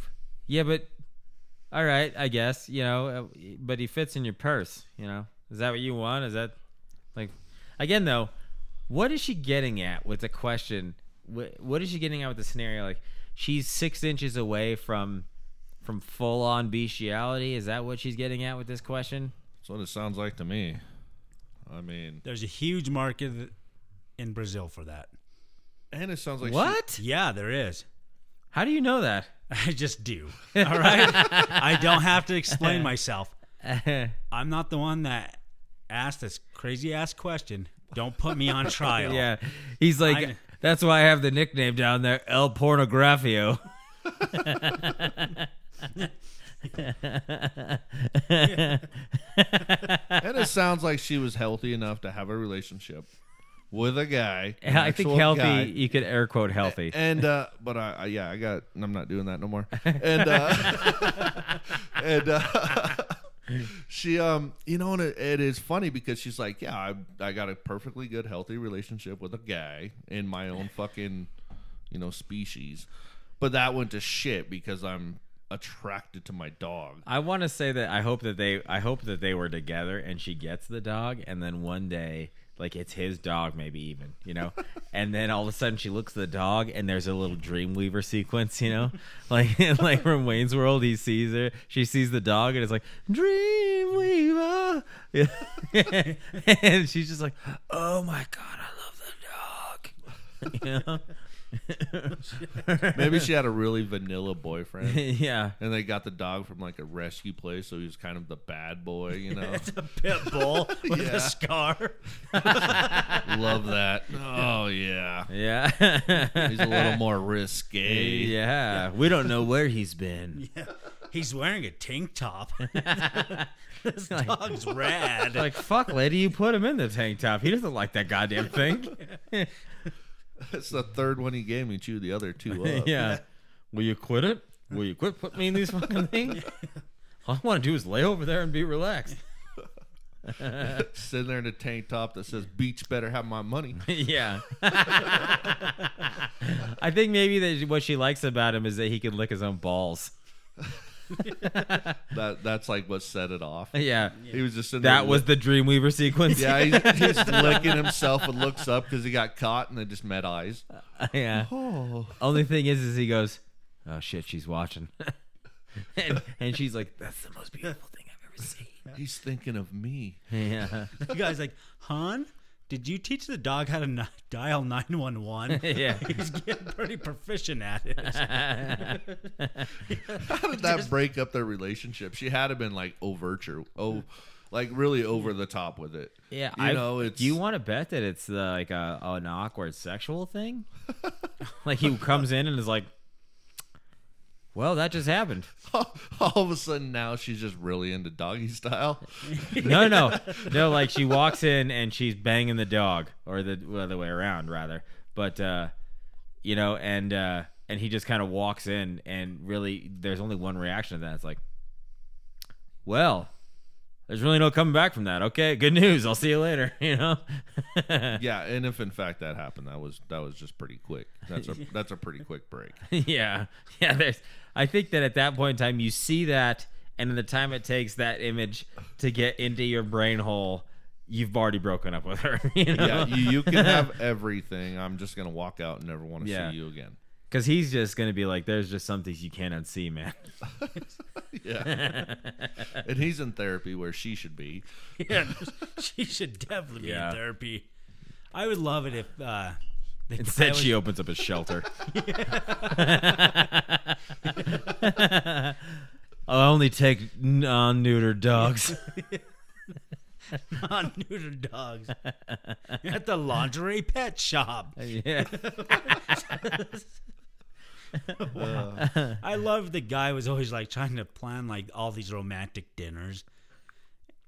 S6: yeah, but all right, I guess you know, uh, but he fits in your purse, you know. Is that what you want? Is that like again though? what is she getting at with the question? What, what is she getting at with the scenario? Like she's six inches away from from full on bestiality. Is that what she's getting at with this question?
S7: That's what it sounds like to me. I mean,
S5: There's a huge market in Brazil for that.
S7: And it sounds like she-
S6: What?
S5: Yeah, there is.
S6: How do you know that?
S5: I just do. All right. I don't have to explain myself. I'm not the one that asked this crazy ass question. Don't put me on trial.
S6: yeah. He's like,
S5: I-
S6: that's why I have the nickname down there, El Pornografio.
S7: and it sounds like she was healthy enough to have a relationship with a guy. an
S6: I think
S7: actual
S6: healthy,
S7: guy.
S6: you could air quote healthy.
S7: And uh, but I, I yeah, I got. I'm not doing that no more. And uh, and uh, she um, you know, and it, it is funny because she's like, yeah, I I got a perfectly good, healthy relationship with a guy in my own fucking, you know, species, but that went to shit because I'm attracted to my dog.
S6: I want to say that I hope that they I hope that they were together and she gets the dog and then one day like it's his dog maybe even you know and then all of a sudden she looks at the dog and there's a little dreamweaver sequence you know like like from Wayne's World he sees her she sees the dog and it's like dreamweaver Yeah. and she's just like oh my god I love the dog
S7: Maybe she had a really vanilla boyfriend.
S6: you know yeah
S7: and they got the dog from like a rescue place, so he was kind of the bad boy, you know.
S5: It's a pit bull with
S7: Yeah.
S5: a scar.
S7: Love that. Oh yeah,
S6: yeah
S7: he's a little more risque.
S6: yeah we don't know where he's been
S5: He's wearing a tank top. this dog's rad.
S6: like fuck lady you put him in the tank top he doesn't like that goddamn thing
S7: That's the third one he gave me. Chew the other two up.
S6: yeah will you quit it will you quit putting me in these fucking things all i want to do is lay over there and be relaxed
S7: sitting there in a tank top that says "Beach better have my money."
S6: yeah i think maybe that what she likes about him is that he can lick his own balls
S7: That that's like what set it off.
S6: yeah
S7: He was just in
S6: that
S7: there
S6: was the dreamweaver sequence
S7: Yeah, he's just licking himself and looks up because he got caught and they just met eyes.
S6: yeah
S7: Oh,
S6: only thing is is he goes oh shit she's watching and, and she's like that's the most beautiful thing i've ever seen
S7: he's thinking of me.
S6: yeah
S5: The guy's like, Han, did you teach the dog how to ni- dial 911?
S6: yeah
S5: He's getting pretty proficient at it.
S7: How did that break up their relationship? She had to been like overture, oh, like really over the top with it.
S6: Yeah,
S7: You
S6: I
S7: know, it's-
S6: Do you want to bet that it's uh, like a, an awkward sexual thing? like he comes in and is like, "Well, that just happened."
S7: All of a sudden now she's just really into doggy style.
S6: No, no, no. Like she walks in and she's banging the dog, or the other way around, rather. But uh, you know, and uh, and he just kind of walks in, and really, there's only one reaction to that. It's like, "Well." There's really no coming back from that. Okay, good news. I'll see you later. You know,
S7: Yeah, and if in fact that happened, that was that was just pretty quick. That's a that's a pretty quick break.
S6: yeah, yeah. There's. I think that at that point in time, you see that, and in the time it takes that image to get into your brain hole, you've already broken up with her. You know?
S7: Yeah, you, you can have everything. I'm just gonna walk out and never want to
S6: Yeah.
S7: see you again.
S6: because he's just gonna be like, "There's just some things you can't unsee, man."
S7: Yeah, and he's in therapy where she should be.
S5: yeah, she should definitely
S6: Yeah.
S5: be in therapy. I would love it if uh, they I
S6: Instead,
S5: was-
S6: she opens up a shelter. I only take non-neutered dogs.
S5: on neutered dogs at the laundry pet shop.
S6: yeah.
S5: I love the guy was always like trying to plan like all these romantic dinners.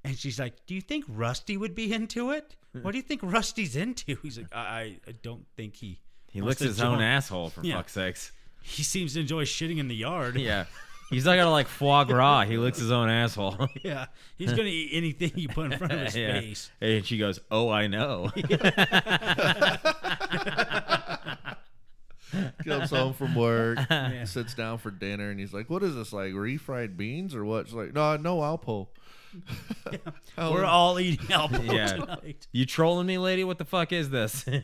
S5: And she's like, "Do you think Rusty would be into it? What do you think Rusty's into?" He's like, "I, I I don't think he
S6: He licks
S5: wants to
S6: his own
S5: join."
S6: asshole for
S5: Yeah.
S6: fuck's sakes.
S5: He seems to enjoy shitting in the yard.
S6: Yeah. He's not gonna like foie gras. He licks his own asshole.
S5: Yeah. he's gonna eat anything you put in front of his
S6: Yeah.
S5: face.
S6: And she goes, "Oh, I know."
S7: Comes home from work, sits down for dinner, and he's like, "What is this like refried beans or what?" She's like, "No, no Alpo." Oh,
S5: We're all eating alcohol
S6: Yeah.
S5: tonight.
S6: you trolling me, lady? What the fuck is this?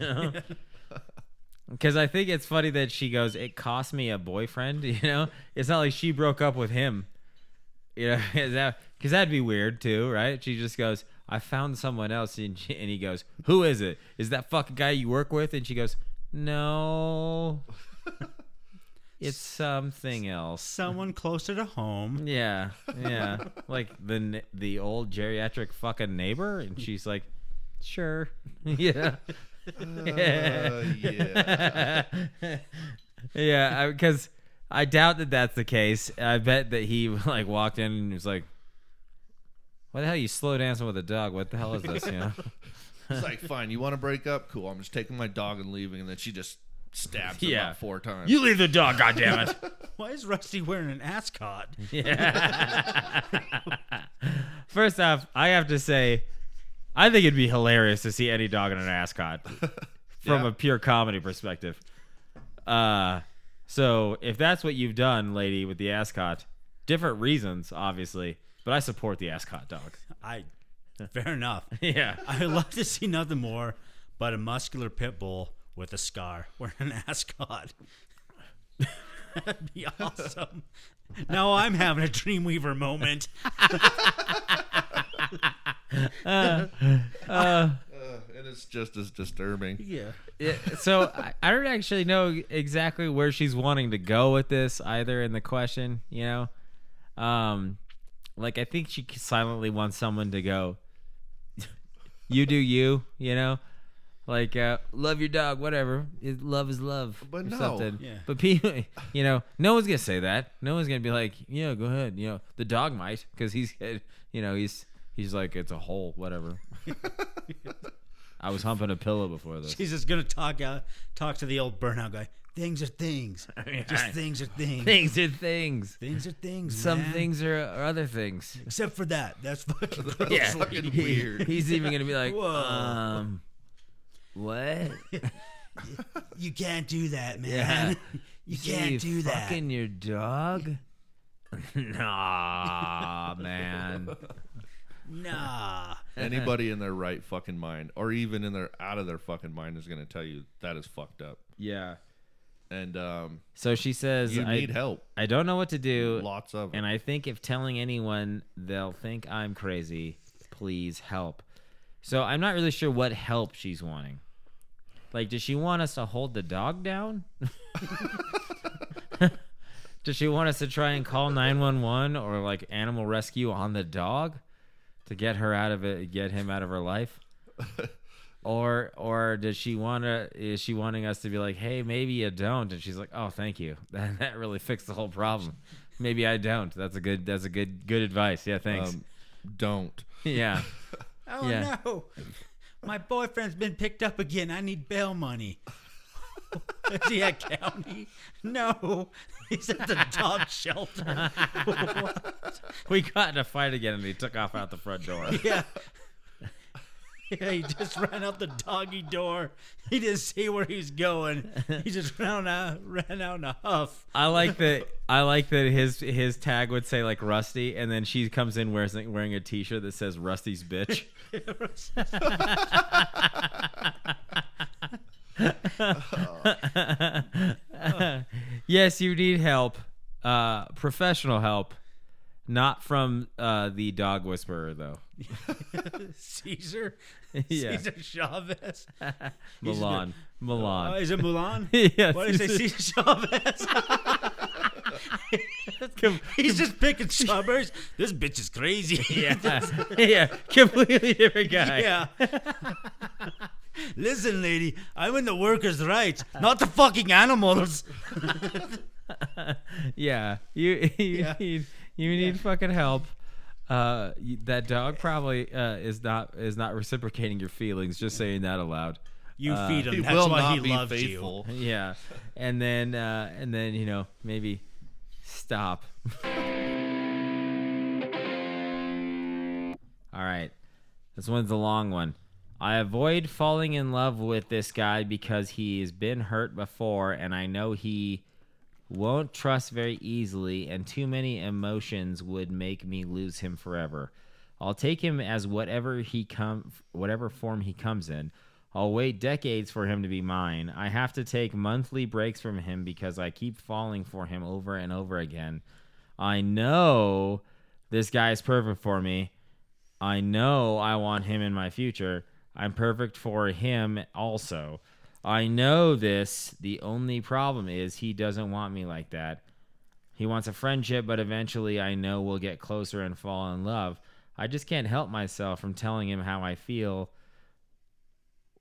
S6: Because I think it's funny that she goes, "It cost me a boyfriend." You know, it's not like she broke up with him. You know, because that, would be weird too, right? She just goes, I found someone else. And, she, and he goes, Who is it? Is that fucking guy you work with? And she goes, No. it's something else.
S5: Someone closer to home.
S6: Yeah. Yeah. like the n- the old geriatric fucking neighbor. And she's like, Sure. yeah.
S7: Uh, yeah.
S6: Yeah, because I, doubt that that's the case. I bet that he like walked in and was like, "What the hell? You slow dancing with a dog? What the hell is this?" You know?
S7: It's like, fine, you want to break up? Cool. I'm just taking my dog and leaving. And then she just stabs him
S6: Yeah.
S7: about four times. Uh,
S6: you leave the dog, goddammit.
S5: Why is Rusty wearing an ascot?
S6: First off, I have to say, I think it'd be hilarious to see any dog in an ascot from
S7: Yeah.
S6: a pure comedy perspective. Uh, so if that's what you've done, lady with the ascot, different reasons, obviously, but I support the ascot dog.
S5: I. Fair enough.
S6: Yeah.
S5: I would love to see nothing more but a muscular pit bull with a scar wearing an ascot. That'd be awesome. Now I'm having a Dreamweaver moment.
S7: Uh, and it's just as disturbing.
S5: Yeah.
S6: Yeah, so I, I don't actually know exactly where she's wanting to go with this either in the question, you know. Um like I think she silently wants someone to go you do you, you know. Like uh love your dog, whatever. It- love is love
S7: But
S6: or
S7: no.
S6: something.
S5: Yeah.
S6: But people, you know, no one's going to say that. No one's going to be like, "Yeah, go ahead." You know, the dog might cuz he's you know, he's he's like it's a hole, whatever. I was humping a pillow before this.
S5: He's just gonna talk out, talk to the old burnout guy. Things are things. Just things are things.
S6: things are things.
S5: Things are things.
S6: Some
S5: man.
S6: things are, are other things.
S5: except for that. That's fucking.
S6: Yeah.
S7: Fucking weird.
S6: He's even gonna be like,
S5: Whoa.
S6: um, what?
S5: You can't do that, man. You
S6: So
S5: can't
S6: you
S5: do that.
S6: Fucking your dog? nah, man.
S5: Nah.
S7: Anybody in their right fucking mind, or even in their out of their fucking mind, is going to tell you that is fucked up.
S6: Yeah.
S7: And um,
S6: So she says,
S7: you
S6: I,
S7: need help.
S6: I don't know what to do.
S7: Lots of it.
S6: And I think if telling anyone, they'll think I'm crazy. Please help. So I'm not really sure what help she's wanting. Like, does she want us to hold the dog down? does she want us to try and call 911 or like animal rescue on the dog to get her out of it, get him out of her life? Or or does she want to? Is she wanting us to be like, hey, maybe you don't? And she's like, oh, thank you. That that really fixed the whole problem. Maybe I don't. That's a good. That's a good good advice. Yeah, thanks.
S7: Um, don't.
S6: yeah,
S5: Oh
S6: Yeah.
S5: no. My boyfriend's been picked up again. I need bail money. Is he at county? No. He's at the dog shelter.
S6: we got in a fight again, and he took off out the front door.
S5: Yeah. Yeah, he just ran out the doggy door. He didn't see where he's going. He just ran out, ran out in a huff.
S6: I like that. I like that his his tag would say like Rusty, and then she comes in wears, wearing a t shirt that says Rusty's bitch. yes, you need help, uh, professional help, not from uh, the dog whisperer though.
S5: Caesar,
S6: Yeah.
S5: Caesar Chavez. He's just
S6: Milan,
S5: Uh,
S6: Milan.
S5: is it Mulan?
S6: Yes,
S5: Why did I say
S6: it's-
S5: Cesar Chavez? He's just picking strawberries. This bitch is crazy.
S6: yeah, yeah, completely different guy.
S5: yeah. Listen, lady, I'm in the workers' rights, not the fucking animals.
S6: Yeah, you you
S5: Yeah.
S6: need you need fucking help. Uh, y- that dog probably uh, is not is not reciprocating your feelings. Just saying that aloud.
S5: You feed him.
S7: He
S5: That's
S7: will
S5: why
S7: not
S5: he
S7: be
S5: loves
S7: faithful.
S6: Yeah, and then uh, and then you know maybe stop. All right, this one's a long one. I avoid falling in love with this guy because he's been hurt before, and I know he won't trust very easily, and too many emotions would make me lose him forever. I'll take him as whatever he come, whatever form he comes in. I'll wait decades for him to be mine. I have to take monthly breaks from him because I keep falling for him over and over again. I know this guy is perfect for me. I know I want him in my future. I'm perfect for him also. I know this. The only problem is he doesn't want me like that. He wants a friendship, but eventually I know we'll get closer and fall in love. I just can't help myself from telling him how I feel.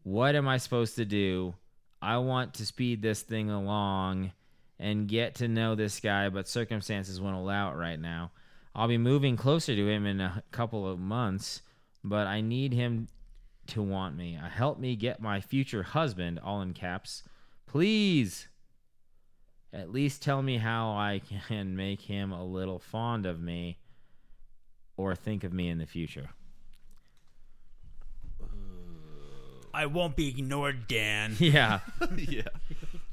S6: What am I supposed to do? I want to speed this thing along and get to know this guy, but circumstances won't allow it right now. I'll be moving closer to him in a couple of months, but I need him to want me. Uh, Help me get my future husband, all in caps. Please at least tell me how I can make him a little fond of me or think of me in the future.
S5: I won't be ignored, Dan.
S6: Yeah.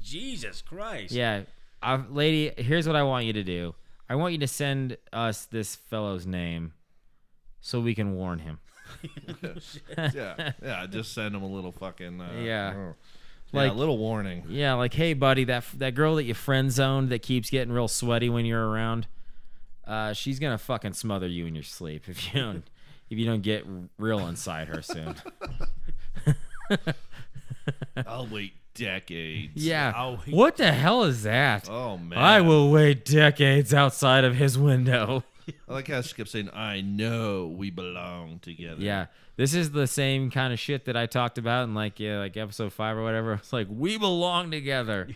S5: Jesus Christ.
S6: Yeah, i lady. Here's what I want you to do. I want you to send us this fellow's name, so we can warn him.
S7: yeah, yeah. Just send him a little fucking uh,
S6: Yeah.
S7: oh.
S6: Like-
S7: yeah, a little warning.
S6: Yeah, like hey, buddy, that that girl that you friend zoned that keeps getting real sweaty when you're around, uh, she's gonna fucking smother you in your sleep if you don't if you don't get real inside her soon.
S7: I'll wait decades.
S6: uh, Yeah.
S5: Oh, he-
S6: what the hell is that?
S7: Oh man,
S6: I will wait decades outside of his window.
S7: I like how she kept saying, "I know we belong together."
S6: Yeah, this is the same kind of shit that I talked about in like yeah, like episode five or whatever. It's like we belong together.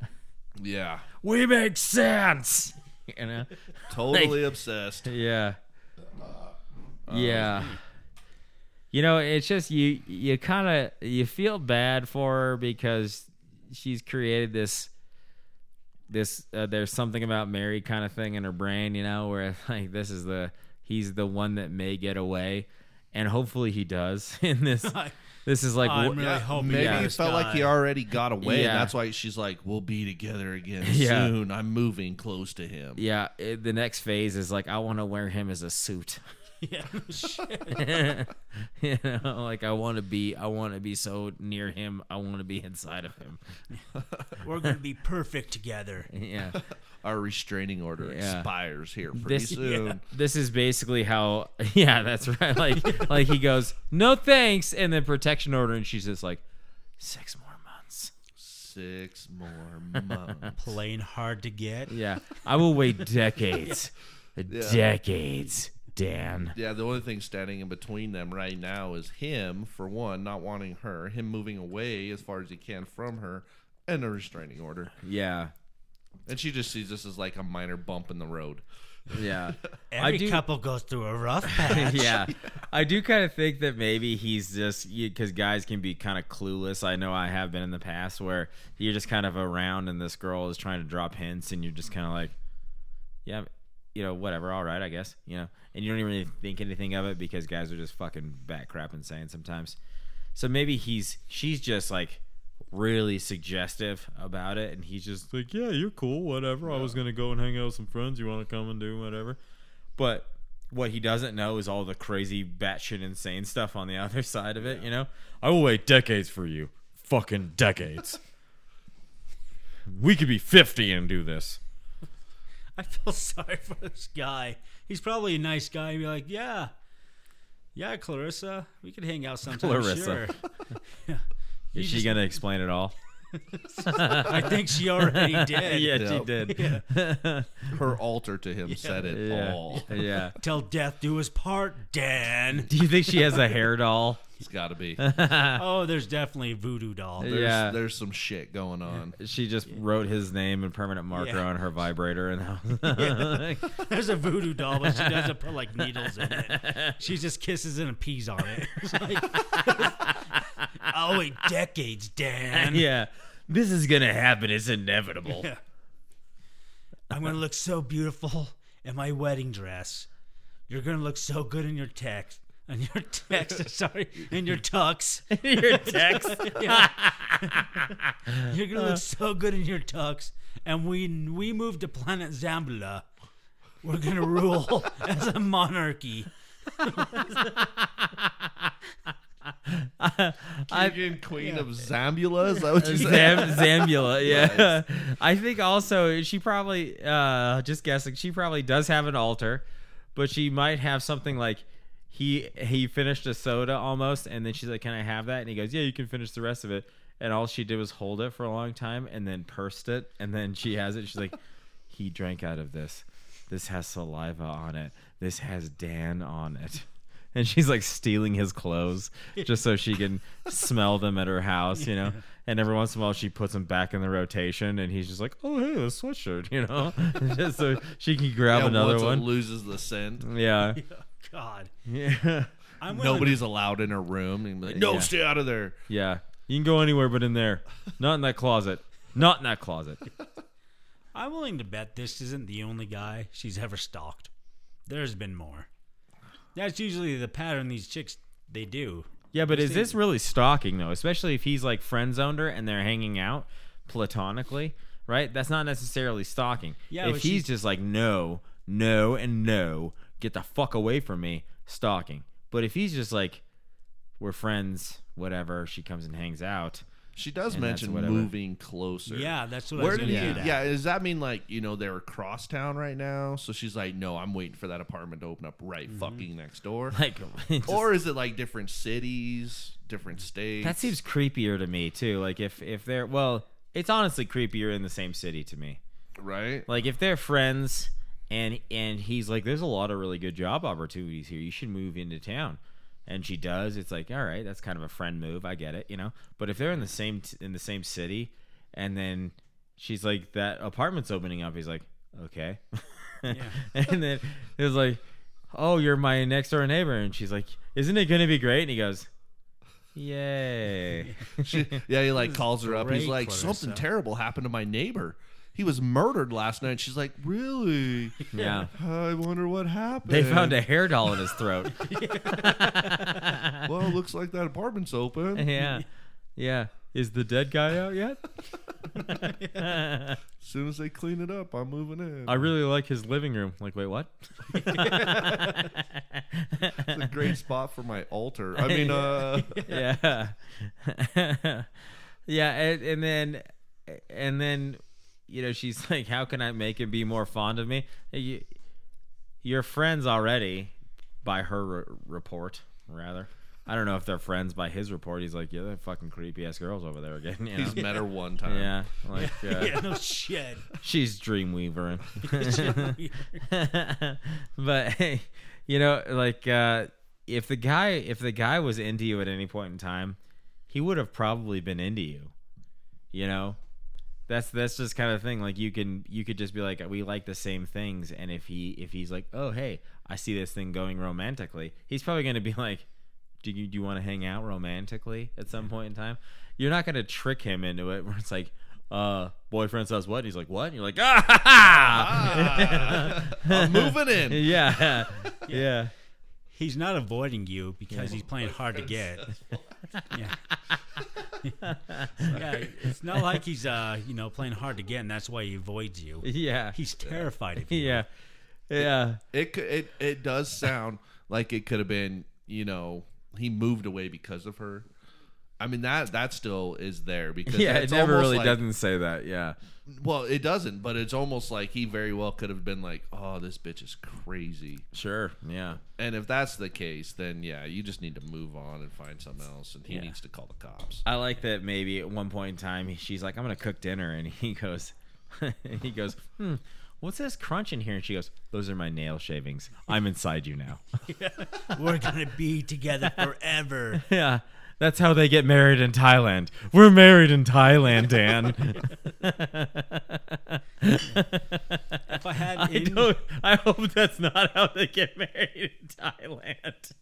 S7: yeah.
S6: We make sense. You know?
S7: Totally obsessed.
S6: Yeah. Yeah. You know, it's just you. You kind of you feel bad for her because she's created this. This uh, there's something about Mary kind of thing in her brain, you know, where like this is the he's the one that may get away, and hopefully he does. In this, this is like
S5: I'm
S6: wh-
S5: really hoping
S7: Maybe
S5: that
S7: he
S5: this
S7: felt like he
S5: guy-
S7: already got away.
S6: Yeah.
S7: And that's why she's like, "We'll be together again
S6: Yeah.
S7: soon." I'm moving close to him.
S6: yeah. It, the next phase is like I want to wear him as a suit.
S5: Yeah. Shit.
S6: you know, like I want to be, I want to be so near him. I want to be inside of him.
S5: We're gonna be perfect together.
S6: Yeah.
S7: Our restraining order
S6: Yeah.
S7: expires here pretty
S6: This-
S7: soon.
S6: This is basically how. Yeah, that's right. Like, like he goes, no thanks, and then protection order, and she's just like, six more months.
S7: Six more months.
S5: Plain hard to get.
S6: Yeah, I will wait decades, decades, Dan.
S7: Yeah, the only thing standing in between them right now is him, for one, not wanting her, him moving away as far as he can from her, and a restraining order.
S6: Yeah,
S7: And she just sees this as like a minor bump in the road.
S6: yeah.
S5: Every
S6: I do-
S5: couple goes through a rough patch.
S6: yeah, I do kind of think that maybe he's just because guys can be kind of clueless. I know I have been in the past where you're just kind of around and this girl is trying to drop hints, and you're just kind of like, yeah, you know, whatever, all right, I guess, you know, and you don't even really think anything of it because guys are just fucking bat crap insane sometimes. So maybe he's she's just like really suggestive about it, and he's just like, yeah, you're cool, whatever. I was gonna go and hang out with some friends. You want to come and do whatever, but what he doesn't know is all the crazy batshit insane stuff on the other side of it, you know? I will wait decades for you. Fucking decades. we could be 50 and do this.
S5: I feel sorry for this guy. He's probably a nice guy. He'd be like, yeah, yeah, Clarissa, we could hang out sometime.
S6: Clarissa.
S5: Clarissa.
S6: Is she going to explain it all?
S5: I think she already did.
S7: she
S6: did.
S7: Her altar to him said it
S6: Yeah.
S7: all.
S6: yeah.
S5: Till death do his part, Dan.
S6: Do you think she has a hair doll?
S7: It's got to be.
S5: Oh, there's definitely a voodoo doll.
S7: There's,
S6: yeah.
S7: there's some shit going on.
S6: She just wrote his name in permanent marker
S5: Yeah.
S6: on her vibrator and
S5: There's a voodoo doll, but she doesn't put like needles in it. She just kisses it and pees on it. It's like, I'll wait decades, Dan.
S6: yeah. This is going to happen. It's inevitable.
S5: Yeah. I'm gonna look so beautiful in my wedding dress. You're gonna look so good in your text, in your text. Sorry, in your tux.
S6: Your text.
S5: Yeah. You're gonna look so good in your tux. And when we move to planet Zambula, we're gonna rule as a monarchy.
S7: Fucking Queen of Zambula? Is that what you said?
S6: Zam- Zambula, yeah. I think also she probably, uh, just guessing, she probably does have an altar, but she might have something like he he finished a soda almost, and then she's like, "Can I have that?" And he goes, "Yeah, you can finish the rest of it." And all she did was hold it for a long time, and then pursed it, and then she has it. She's like, "He drank out of this. This has saliva on it. This has Dan on it." And she's like stealing his clothes just so she can smell them at her house, you know. And every once in a while, she puts them back in the rotation, and he's just like, "Oh, hey, the sweatshirt," you know, just so she can grab
S7: Yeah,
S6: another
S7: once it
S6: one.
S7: loses the scent.
S6: Yeah.
S5: God,
S6: Yeah.
S5: I'm willing
S7: Nobody's allowed in her room. And be like, no,
S6: Yeah.
S7: stay out of there.
S6: Yeah. You can go anywhere but in there. Not in that closet. Not in that closet.
S5: To, I'm willing to bet this isn't the only guy she's ever stalked. There's been more. That's usually the pattern these chicks they do.
S6: Yeah, but is this really stalking though? Especially if he's like friend zoned her and they're hanging out platonically, right? That's not necessarily stalking.
S5: Yeah,
S6: If
S5: but she-
S6: he's just like no, no, and no, get the fuck away from me, stalking. But if he's just like we're friends, whatever, she comes and hangs out.
S7: She does
S6: And that's
S7: mention
S6: whatever.
S7: moving closer.
S5: Yeah, that's what I
S7: Where
S5: was
S7: did
S5: gonna
S7: he?
S5: get
S7: Yeah.
S5: at.
S7: does that mean like you know they were cross town right now? So she's like, no, I'm waiting for that apartment to open up right fucking next door.
S6: Like just-
S7: or is it like different cities, different states?
S6: That seems creepier to me too. Like if if they're well, it's honestly creepier in the same city to me.
S7: right.
S6: Like if they're friends and and he's like, "There's a lot of really good job opportunities here. You should move into town." And she does. It's like, all right, that's kind of a friend move. I get it, you know. But if they're in the same t- in the same city, and then she's like, "That apartment's opening up," he's like, "Okay," and then it's like, "Oh, you're my next door neighbor," and she's like, "Isn't it going to be great?" And he goes, "Yay."
S7: She, yeah, he like calls her up. He's
S5: great
S7: like,
S5: for
S7: something
S5: herself.
S7: terrible happened to my neighbor. He was murdered last night. She's like, really?
S6: yeah.
S7: I wonder what happened.
S6: They found a hair doll in his throat.
S7: Well, it looks like that apartment's open.
S6: yeah. Yeah. Is the dead guy out yet?
S7: As soon as they clean it up, I'm moving in.
S6: I really like his living room. Like, wait, what?
S7: It's a great spot for my altar. I mean, uh,
S6: yeah. yeah, and, and then and then you know, she's like, "How can I make him be more fond of me?" You, you're friends already by her re- report, rather. I don't know if they're friends by his report. He's like, "Yeah, that fucking creepy ass girl's over there again." You know?
S7: he's met her one time.
S6: yeah, like uh,
S5: Yeah, no shit.
S6: she's Dreamweaver. but you know, like uh, if the guy if the guy was into you at any point in time, he would have probably been into you. You know, that's that's just kind of thing. Like you can you could just be like, we like the same things, and if he if he's like, oh hey, I see this thing going romantically, he's probably gonna be like. Do you, do you want to hang out romantically at some point in time? You're not going to trick him into it where it's like, uh, boyfriend says what? And he's like, what? And you're like, ah, ha, ha!
S7: I'm moving in.
S6: yeah, yeah.
S5: He's not avoiding you because he's playing hard to get. yeah. yeah, it's not like he's uh, you know, playing hard to get and that's why he avoids you.
S6: Yeah.
S5: He's terrified of you.
S6: yeah. Yeah.
S7: It, cou- it it does sound like it could have been, you know, he moved away because of her. I mean that that still is there because
S6: Yeah. It
S7: that's
S6: never
S7: almost
S6: really
S7: like-
S6: doesn't say that. Yeah.
S7: Well, it doesn't, but it's almost like he very well could have been like, "Oh, this bitch is crazy."
S6: Sure. Yeah.
S7: And if that's the case, then yeah, you just need to move on and find something else, and he needs to call the cops.
S6: I like that maybe at one point in time, he- she's like, I'm going to cook dinner. And he goes, he goes, hmm, what's this crunch in here? And she goes, those are my nail shavings. I'm inside you now.
S5: We're gonna be together forever.
S6: Yeah. That's how they get married in Thailand. We're married in Thailand, Dan.
S5: If I had
S6: I
S5: any-
S6: don't I hope that's not how they get married in Thailand.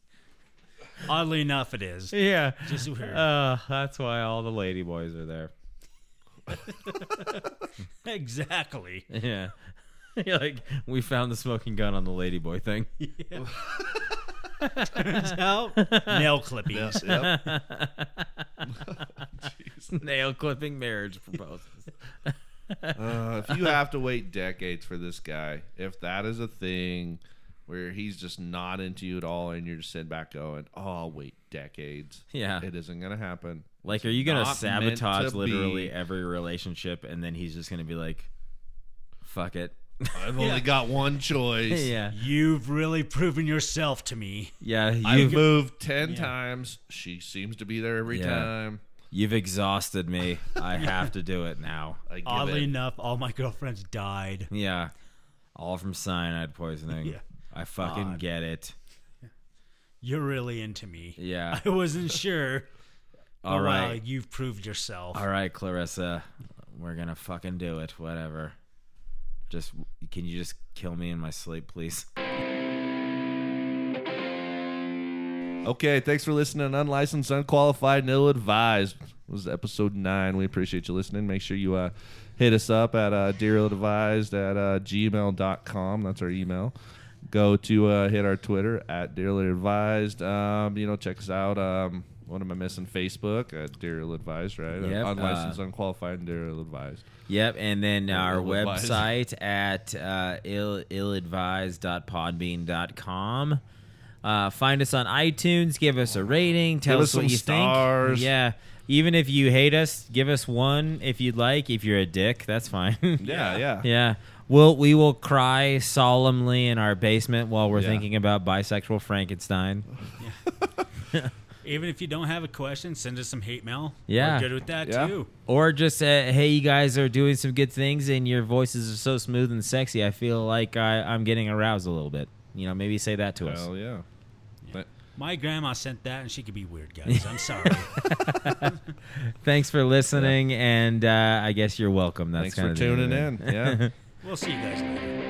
S5: oddly enough it is.
S6: Yeah.
S5: Just weird.
S6: Uh, that's why all the lady boys are there.
S5: exactly.
S6: Yeah. You're like, we found the smoking gun on the ladyboy thing.
S5: Now nail clippings.
S7: Yep.
S6: Nail clipping marriage proposals.
S7: Uh, if you have to wait decades for this guy, if that is a thing where he's just not into you at all, and you're just sitting back going, "Oh, I'll wait decades,"
S6: Yeah.
S7: it isn't gonna happen.
S6: Like, are you gonna
S7: Not meant
S6: sabotage
S7: to
S6: literally
S7: be.
S6: every relationship, and then he's just gonna be like, "Fuck it,
S7: I've only got one choice.
S6: yeah.
S5: You've really proven yourself to me.
S6: Yeah.
S7: I've
S6: You've,
S7: moved 10 times. She seems to be there every
S6: Yeah.
S7: time.
S6: you've exhausted me. I have to do it now.
S7: I give
S5: Oddly
S7: it.
S5: enough, all my girlfriends died.
S6: Yeah. All from cyanide poisoning.
S5: Yeah.
S6: I fucking get it.
S5: You're really into me.
S6: Yeah.
S5: I wasn't sure.
S6: All
S5: But, wow,
S6: right.
S5: you've proved yourself.
S6: All right, Clarissa. We're going to fucking do it. Whatever. Just can you just kill me in my sleep, please?
S7: Okay, thanks for listening. Unlicensed, unqualified, and ill-advised was episode nine. We appreciate you listening. Make sure you uh, hit us up at uh, dearilladvised at uh, gmail.com. That's our email. Go to uh, hit our Twitter at dearilladvised. Um, you know, check us out. Um, what am I missing? Facebook at Dear Ill Advised, right?
S6: Yep, uh,
S7: Unlicensed, unqualified, and Dear Ill Advised.
S6: Yep, and then our
S7: ill-advised.
S6: website at uh, ill illadvised.podbean.com. Uh, find us on iTunes. Give us a rating. Tell
S7: Give
S6: us,
S7: us
S6: what
S7: some
S6: you
S7: stars.
S6: think. Yeah, even if you hate us, give us one if you'd like. If you're a dick, that's fine.
S7: Yeah, yeah.
S6: yeah. We'll, we will cry solemnly in our basement while we're
S7: Yeah.
S6: thinking about bisexual Frankenstein.
S5: Even if you don't have a question, send us some hate mail.
S6: Yeah.
S5: We're good with that,
S7: Yeah.
S5: too.
S6: Or just uh, hey, you guys are doing some good things, and your voices are so smooth and sexy. I feel like I, I'm getting aroused a little bit. You know, maybe say that to us.
S7: Hell yeah. But-
S5: My grandma sent that, and she could be weird, guys. I'm sorry.
S6: Thanks for listening, and uh, I guess you're welcome. That's
S7: Thanks for
S6: kinda the uh, end
S7: tuning
S6: of it.
S7: in. Yeah.
S5: we'll see you guys later.